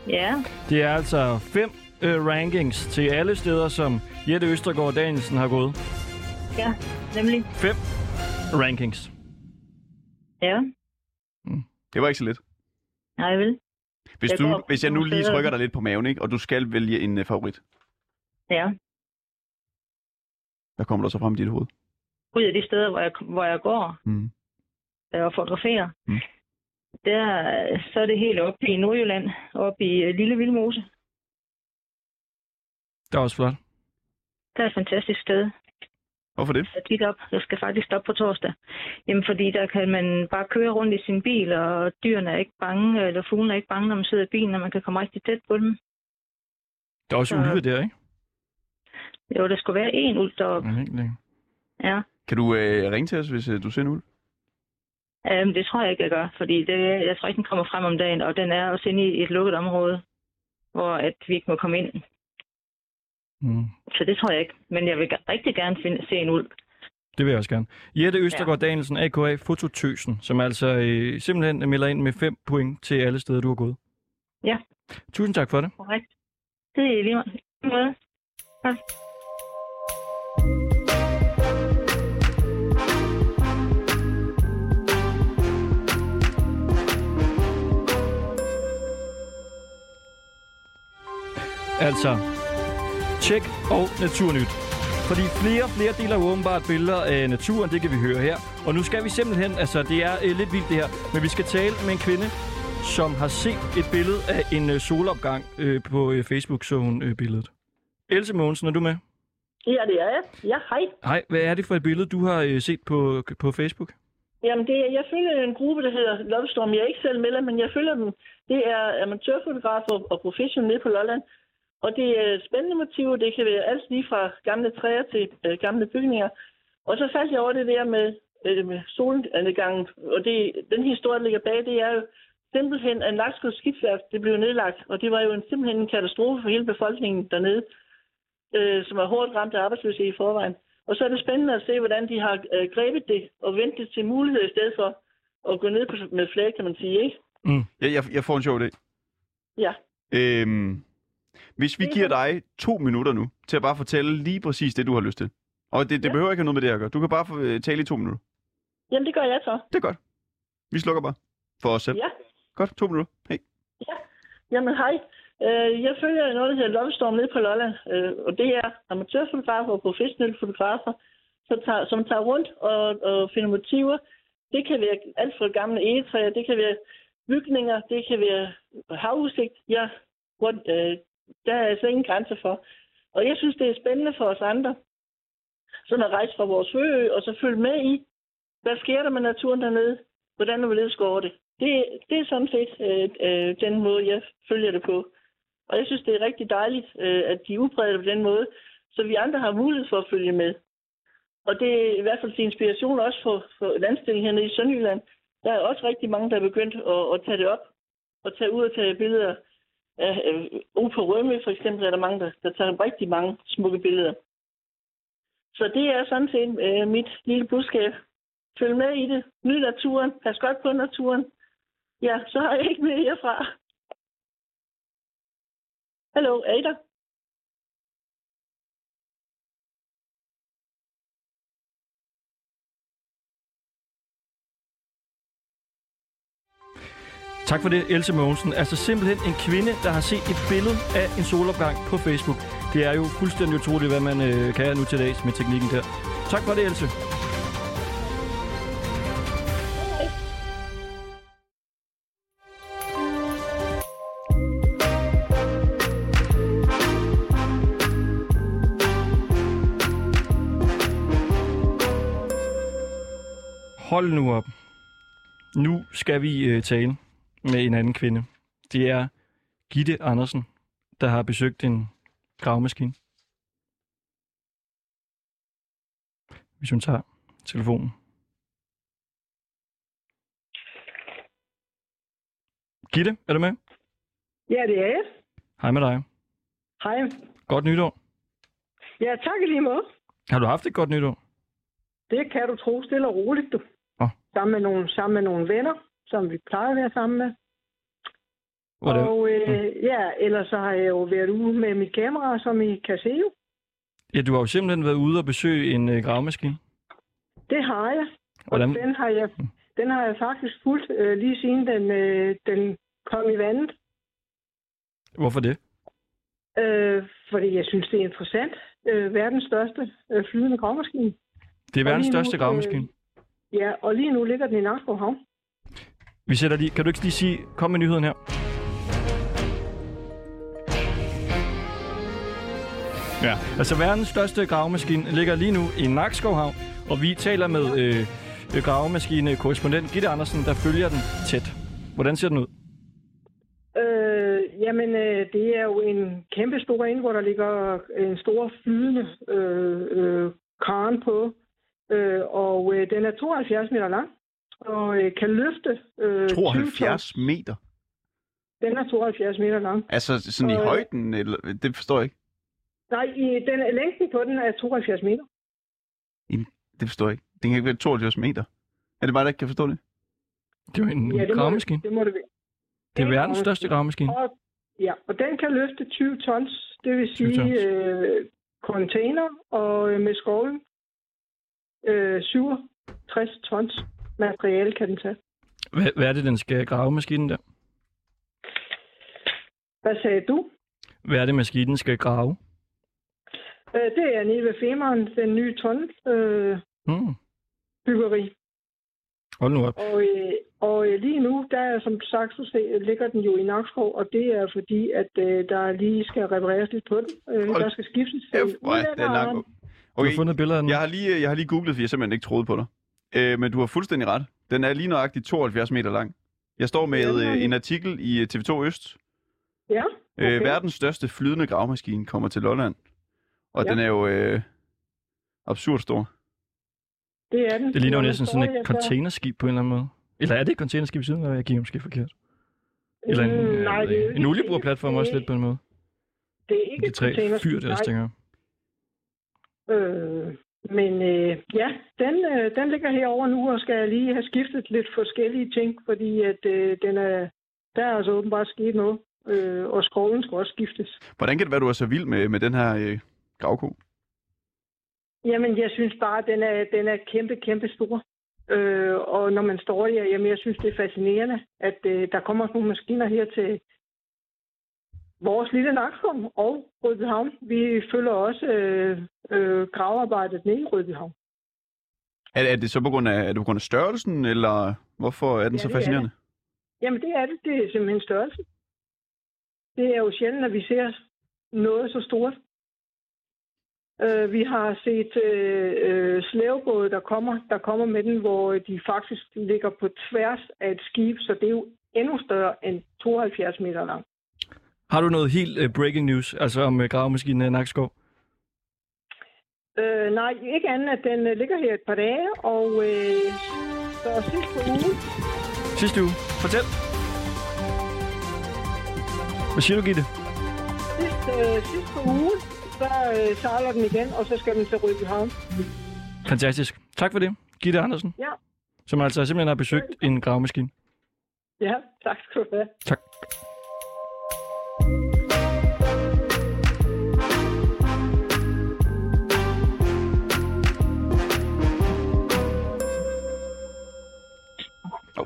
[SPEAKER 10] ja.
[SPEAKER 2] Det er altså 5 øh, rankings til alle steder, som Jette Østergaard Danielsen har gået.
[SPEAKER 10] Ja, nemlig.
[SPEAKER 2] 5 rankings.
[SPEAKER 10] Ja,
[SPEAKER 1] Det var ikke så let.
[SPEAKER 10] nej vel.
[SPEAKER 1] Hvis,
[SPEAKER 10] Jeg
[SPEAKER 1] du,
[SPEAKER 10] går-
[SPEAKER 1] hvis jeg nu lige
[SPEAKER 10] steder.
[SPEAKER 1] trykker dig lidt på maven, ikke? og du skal vælge en øh, favorit,
[SPEAKER 10] Ja.
[SPEAKER 1] hvad kommer der så frem i dit hoved?
[SPEAKER 10] Ud af de steder, hvor jeg, hvor jeg går,
[SPEAKER 1] Mm.
[SPEAKER 10] øh, og fotograferer.
[SPEAKER 1] Mm.
[SPEAKER 10] Der, øh, så er det helt oppe i Nordjylland, oppe i øh, Lille Vildmose.
[SPEAKER 2] Det er også flot.
[SPEAKER 10] Der er et fantastisk sted.
[SPEAKER 1] Hvorfor det?
[SPEAKER 10] Jeg skal tit op. Jeg skal faktisk op på torsdag. Jamen, fordi der kan man bare køre rundt i sin bil, og dyrene er ikke bange, eller fuglene er ikke bange, når man sidder i bilen, og man kan komme rigtig tæt på dem.
[SPEAKER 2] Der er også
[SPEAKER 10] Så-
[SPEAKER 2] ulve der, ikke?
[SPEAKER 10] Jo, der skulle være en ulv deroppe.
[SPEAKER 2] Ja, helt længe.
[SPEAKER 1] Mm.
[SPEAKER 10] Ja.
[SPEAKER 1] Kan du øh, ringe til os, hvis øh, du ser en ulv?
[SPEAKER 10] Øhm, det tror jeg ikke, jeg gør, fordi det, jeg tror ikke, den kommer frem om dagen, og den er også inde i et lukket område, hvor at vi ikke må komme ind.
[SPEAKER 2] Mm.
[SPEAKER 10] Så det tror jeg ikke. Men jeg vil g- rigtig gerne finde, se en ulv.
[SPEAKER 2] Det vil jeg også gerne. Jette Østergaard ja. Danielsen, a.k.a. Fototøsen, som altså øh, simpelthen melder ind med 5 point til alle steder, du har gået.
[SPEAKER 10] Ja,
[SPEAKER 2] Tusind tak for det.
[SPEAKER 10] korrekt. Det er lige lige måde. Ja.
[SPEAKER 2] Altså, tjek og naturnyt. Fordi flere og flere deler jo åbenbart billeder af naturen, det kan vi høre her. Og nu skal vi simpelthen, altså det er øh, lidt vildt det her, men vi skal tale med en kvinde, som har set et billede af en øh, solopgang øh, på øh, Facebook, så hun øh, billedet. Else Mogensen, er du med?
[SPEAKER 11] Ja, det er jeg. Ja, hej.
[SPEAKER 2] Hej, hvad er det for et billede, du har øh, set på, på Facebook?
[SPEAKER 11] Jamen, det er, jeg følger en gruppe, der hedder Love Storm. Jeg er ikke selv medlem, men jeg følger dem. Det er amatørfotografer og professionelle på Lolland. Og det er spændende motiver. Det kan være alt lige fra gamle træer til øh, gamle bygninger. Og så faldt jeg over det der med, øh, med solnedgangen. Og det, den historie, der ligger bag, det er jo simpelthen, at Nakskov skibsværft, det blev nedlagt. Og det var jo en, simpelthen en katastrofe for hele befolkningen dernede. øh, som er hårdt ramt af arbejdsløshed i forvejen. Og så er det spændende at se, hvordan de har øh, grebet det og vendt det til mulighed i stedet for at gå ned på, med flag, kan man sige, ikke?
[SPEAKER 2] Mm.
[SPEAKER 1] Jeg, jeg, jeg får en sjov idé.
[SPEAKER 11] Ja.
[SPEAKER 1] Øhm, hvis vi giver dig to minutter nu, til at bare fortælle lige præcis det, du har lyst til. Og det, det ja. behøver ikke have noget med det at gøre. Du kan bare få, øh, tale i to minutter.
[SPEAKER 11] Jamen, det gør jeg så.
[SPEAKER 1] Det er godt. Vi slukker bare. For os selv.
[SPEAKER 11] Ja.
[SPEAKER 1] Godt, to minutter. Hej.
[SPEAKER 11] Jamen, hej. Øh, jeg følger noget, der hedder Lovestorm nede på Lolland, øh, og det er amatørfotografer og professionelle fotografer, som tager, som tager rundt og, og finder motiver. Det kan være alt fra gamle egetræer, det kan være bygninger, det kan være havudsigt. Ja, hvor, øh, der er altså ingen grænser for. Og jeg synes, det er spændende for os andre, sådan at rejse fra vores høø og så følge med i, hvad sker der med naturen dernede? Hvordan og hvorledes går det? Det, det er sådan set øh, øh, den måde, jeg følger det på. Og jeg synes, det er rigtig dejligt, øh, at de udbreder det på den måde, så vi andre har mulighed for at følge med. Og det er i hvert fald til inspiration også for, for landstillingen hernede i Sønderjylland. Der er også rigtig mange, der er begyndt at, at tage det op og tage ud og tage billeder. Øh, øh, ude på Rømme for eksempel er der mange, der, der tager rigtig mange smukke billeder. Så det er sådan set øh, mit lille budskab. Følg med i det. Nyd naturen. Pas godt på naturen. Ja, så har jeg ikke mere herfra. Hallo, er I der?
[SPEAKER 2] Tak for det, Else Mogensen. Altså simpelthen en kvinde, der har set et billede af en solopgang på Facebook. Det er jo fuldstændig utroligt, hvad man øh, kan nu til dags med teknikken der. Tak for det, Else. Hold nu op. Nu skal vi øh, tale med en anden kvinde. Det er Gitte Andersen, der har besøgt en gravemaskine. Hvis hun tager telefonen. Gitte, er du med?
[SPEAKER 12] Ja, det er jeg.
[SPEAKER 2] Hej med dig.
[SPEAKER 12] Hej.
[SPEAKER 2] Godt nytår.
[SPEAKER 12] Ja, tak i lige måde.
[SPEAKER 2] Har du haft et godt nytår?
[SPEAKER 12] Det kan du tro stille og roligt, du.
[SPEAKER 2] Nå.
[SPEAKER 12] Sammen med nogle, sammen med nogle venner, som vi plejer at være sammen med.
[SPEAKER 2] Hvor er det- Mm.
[SPEAKER 12] Og øh, ja, ellers så har jeg jo været ude med mit kamera, som I kan se jo.
[SPEAKER 2] Ja, du har jo simpelthen været ude og besøge en øh, gravemaskine.
[SPEAKER 12] Det har jeg.
[SPEAKER 2] Hvordan? Mm.
[SPEAKER 12] Den har jeg, den har jeg faktisk fulgt øh, lige siden den, øh, den kom i vandet.
[SPEAKER 2] Hvorfor det?
[SPEAKER 12] Øh, fordi jeg synes, det er interessant. Øh, verdens største øh, flydende gravmaskine.
[SPEAKER 2] Det er
[SPEAKER 12] Og
[SPEAKER 2] verdens
[SPEAKER 12] lige nu,
[SPEAKER 2] største gravemaskine.
[SPEAKER 12] Øh, ja, og lige nu ligger den i Nakskov Havn.
[SPEAKER 2] Vi sætter lige... Kan du ikke lige sige... Kom med nyheden her. Ja, altså verdens største gravemaskine ligger lige nu i Nakskovhavn, og vi taler med øh, øh, gravemaskine-korrespondent Gitte Andersen, der følger den tæt. Hvordan ser den ud?
[SPEAKER 12] Øh, jamen, øh, det er jo en kæmpe stor en, hvor der ligger en stor flydende øh, øh, kran på. Øh, og øh, den er 72 meter lang, og øh, kan løfte... Øh, 20 ton.
[SPEAKER 1] 72 meter?
[SPEAKER 12] Den er 72 meter lang.
[SPEAKER 1] Altså sådan i
[SPEAKER 12] Øh.
[SPEAKER 1] højden? Eller, det forstår jeg ikke.
[SPEAKER 12] Nej, i, den, længden på den er 72 meter.
[SPEAKER 1] Det forstår jeg ikke. Den kan ikke være 72 meter. Er det bare, der ikke kan forstå det?
[SPEAKER 2] Det er jo en
[SPEAKER 12] det må det, det må det være.
[SPEAKER 2] Det er verdens største gravemaskine.
[SPEAKER 12] Og, ja, og den kan løfte 20 tons, det vil
[SPEAKER 2] 20 tons.
[SPEAKER 12] sige øh, container og øh, med skovlen øh, 67 tons materiale kan den tage.
[SPEAKER 2] Hvad, hvad er det, den skal grave maskinen der?
[SPEAKER 12] Hvad sagde du?
[SPEAKER 2] Hvad er det, maskinen skal grave?
[SPEAKER 12] Øh, det er nede ved Femeren, den nye ton øh,
[SPEAKER 2] Hmm.
[SPEAKER 12] byggeri.
[SPEAKER 2] Hold nu op.
[SPEAKER 12] Og, øh, og øh, lige nu, der er som sagt, så se- ligger den jo i Nakskov, og det er fordi, at øh, der lige skal repareres lidt på den. Øh, der skal skiftes til
[SPEAKER 1] Hvor er det
[SPEAKER 12] udladeren.
[SPEAKER 1] langt. Okay. Du har
[SPEAKER 2] fundet billeder
[SPEAKER 1] jeg har, lige, jeg har lige googlet, fordi jeg simpelthen ikke troede på dig. Øh, men du har fuldstændig ret. Den er lige nøjagtigt 72 meter lang. Jeg står med øh, en artikel i øh, TV2 Øst.
[SPEAKER 12] Ja,
[SPEAKER 1] Okay. Øh, verdens største flydende gravmaskine kommer til Lolland. Og
[SPEAKER 12] Ja.
[SPEAKER 1] ja. den er jo øh, absurd stor.
[SPEAKER 12] det er den.
[SPEAKER 2] Det ligner jo
[SPEAKER 12] Når man
[SPEAKER 2] næsten
[SPEAKER 12] står
[SPEAKER 2] sådan
[SPEAKER 12] i,
[SPEAKER 2] et
[SPEAKER 12] at der-
[SPEAKER 2] containerskib på en eller anden måde. Eller er det et containerskib ved siden af? Jeg kigger måske forkert. Eller en,
[SPEAKER 12] Mm,
[SPEAKER 2] øh,
[SPEAKER 12] nej,
[SPEAKER 2] jeg ved
[SPEAKER 12] det er jo
[SPEAKER 2] ikke,
[SPEAKER 12] ikke-
[SPEAKER 2] en oliebrugplatform også lidt på en måde.
[SPEAKER 12] Det er ikke
[SPEAKER 2] De tre
[SPEAKER 12] et containerskib,
[SPEAKER 2] fyr der,
[SPEAKER 12] nej.
[SPEAKER 2] stikker.
[SPEAKER 12] Øh, men øh, ja, den, øh, den ligger herover nu og skal lige have skiftet lidt forskellige ting, fordi at øh, den er, der er altså åbenbart sket noget, øh, og skroven skal også skiftes.
[SPEAKER 1] Hvordan kan det være, du er så vild med, med den her øh, gravko?
[SPEAKER 12] Jamen, jeg synes bare, at den er, den er kæmpe, kæmpe stor. Øh, og når man står der, jamen, jeg synes, det er fascinerende, at øh, der kommer sådan nogle maskiner her til vores lille Naksom og Rødbyhavn. Vi følger også øh, øh, gravearbejdet nede i Rødbyhavn.
[SPEAKER 1] Er, er det så på grund af, er det på grund af størrelsen, eller hvorfor er den
[SPEAKER 12] Ja,
[SPEAKER 1] så
[SPEAKER 12] det er
[SPEAKER 1] fascinerende?
[SPEAKER 12] Jamen, det er det. Det er simpelthen størrelse. Det er jo sjældent, at vi ser noget så stort. Øh, vi har set øh, øh, slævebåde, der kommer, der kommer med den, hvor de faktisk ligger på tværs af et skib, så det er jo endnu større end 72 meter lang.
[SPEAKER 2] Har du noget helt uh, breaking news, altså om uh, gravemaskinen af Nakskov?
[SPEAKER 12] Øh, nej, ikke andet, at den øh, ligger her et par dage, og øh, så sidst på ugen,
[SPEAKER 2] Sidste uge. Fortæl. Hvad siger du, Gitte?
[SPEAKER 12] Sidst, øh, sidst på ugen, så øh, sejler den igen, og så skal den til Rødbyhavn.
[SPEAKER 2] Fantastisk. Tak for det, Gitte Andersen,
[SPEAKER 12] Ja,
[SPEAKER 2] som altså simpelthen har besøgt en gravemaskine.
[SPEAKER 12] ja, tak skal du have.
[SPEAKER 2] Tak.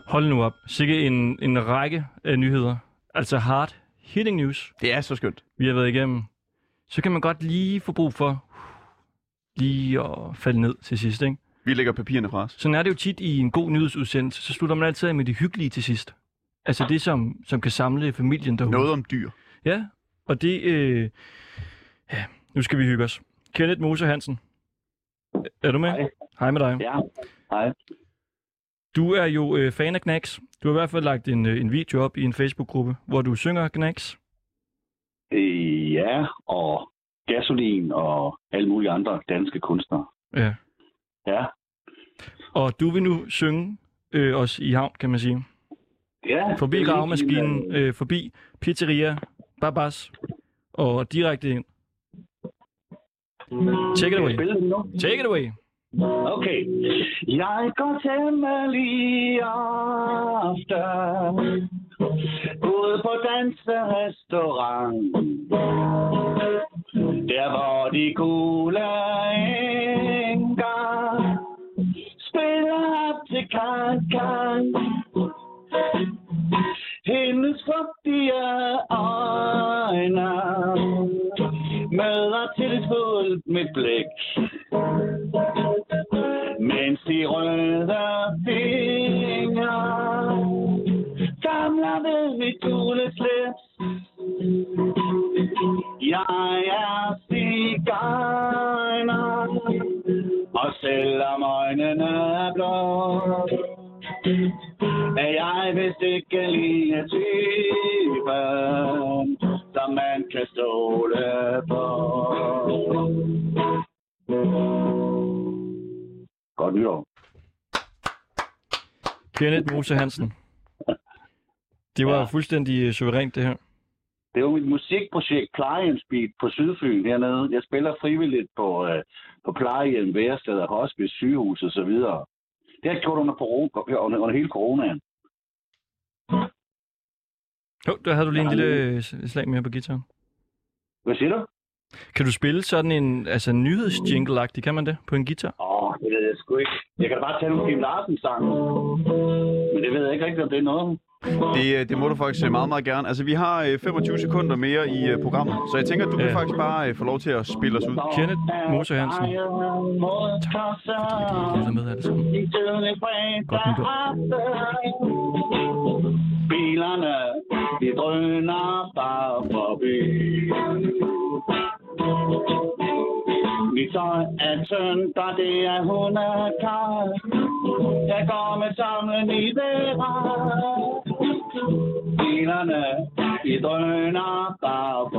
[SPEAKER 2] Hold nu op. Sikke en, en række af nyheder. Altså hard hitting news.
[SPEAKER 1] Det er så skønt.
[SPEAKER 2] Vi har været igennem. Så kan man godt lige få brug for lige at falde ned til sidst, ikke?
[SPEAKER 1] Vi lægger papirerne fra os.
[SPEAKER 2] Sådan er det jo tit i en god nyhedsudsendelse, så slutter man altid af med det hyggelige til sidst. Altså det, som, som kan samle familien derude.
[SPEAKER 1] Noget om dyr.
[SPEAKER 2] Ja, og det... Øh... Ja, nu skal vi hygge os. Kenneth Mose Hansen. Er du med? Hej. Hej med dig.
[SPEAKER 13] Ja, hej.
[SPEAKER 2] Du er jo øh, fan af Knacks. Du har i hvert fald lagt en, øh, en video op i en Facebook-gruppe, hvor du synger Knacks.
[SPEAKER 13] Øh, ja, og gasolin og alle mulige andre danske kunstnere.
[SPEAKER 2] Ja.
[SPEAKER 13] Ja,
[SPEAKER 2] Og du vil nu synge øh, os i havn, kan man sige.
[SPEAKER 13] ja
[SPEAKER 2] Forbi
[SPEAKER 13] det er
[SPEAKER 2] gravemaskinen, øh, forbi pizzeria, babas, og direkte ind. Take it away. Take it away.
[SPEAKER 13] Okay. Jeg går temmelig ofte ude på danserestaurant. Der hvor de gule enker spiller op til kan Hendes frugtige øjne møder tillidsfuldt mit blik. Mens de røde fingre Gamler ved mit gule slips Jeg er cigøjner Og selvom øjnene er blå Er jeg vist ikke lige typen Som man kan stole på Godt nytår.
[SPEAKER 2] Kenneth Mose Hansen. Det var ja. fuldstændig øh, suverænt, det her.
[SPEAKER 13] Det var mit musikprojekt Plejehjemsbeat på Sydfyn hernede. Jeg spiller frivilligt på, øh, på plejehjem, væresteder, hospice, sygehus og så videre. Det har jeg gjort under, corona, under, under hele coronaen.
[SPEAKER 2] Jo, der havde du lige en lille øh, s- slag mere på gitaren.
[SPEAKER 13] Hvad siger du?
[SPEAKER 2] Kan du spille sådan en altså, nyhedsjingle-agtig, kan man det, på en guitar?
[SPEAKER 13] Åh, det ved jeg sgu ikke. Jeg kan da bare tage nogle Kim Larsen sang. Men det ved jeg ikke rigtigt, om det er noget.
[SPEAKER 1] Det, øh, det må du faktisk øh, meget, meget gerne. Altså, vi har øh, 25 sekunder mere i øh, programmet, så jeg tænker, du kan faktisk bare øh, få lov til at spille os ud.
[SPEAKER 2] Kenneth Mose Hansen.
[SPEAKER 13] Tak,
[SPEAKER 2] med alle sammen.
[SPEAKER 13] Godt Bilerne, de drøner bare forbi. Mit tøj er tyndt, og det er hundekar. Jeg går med sammen i vejret. Bilerne, de drøner bare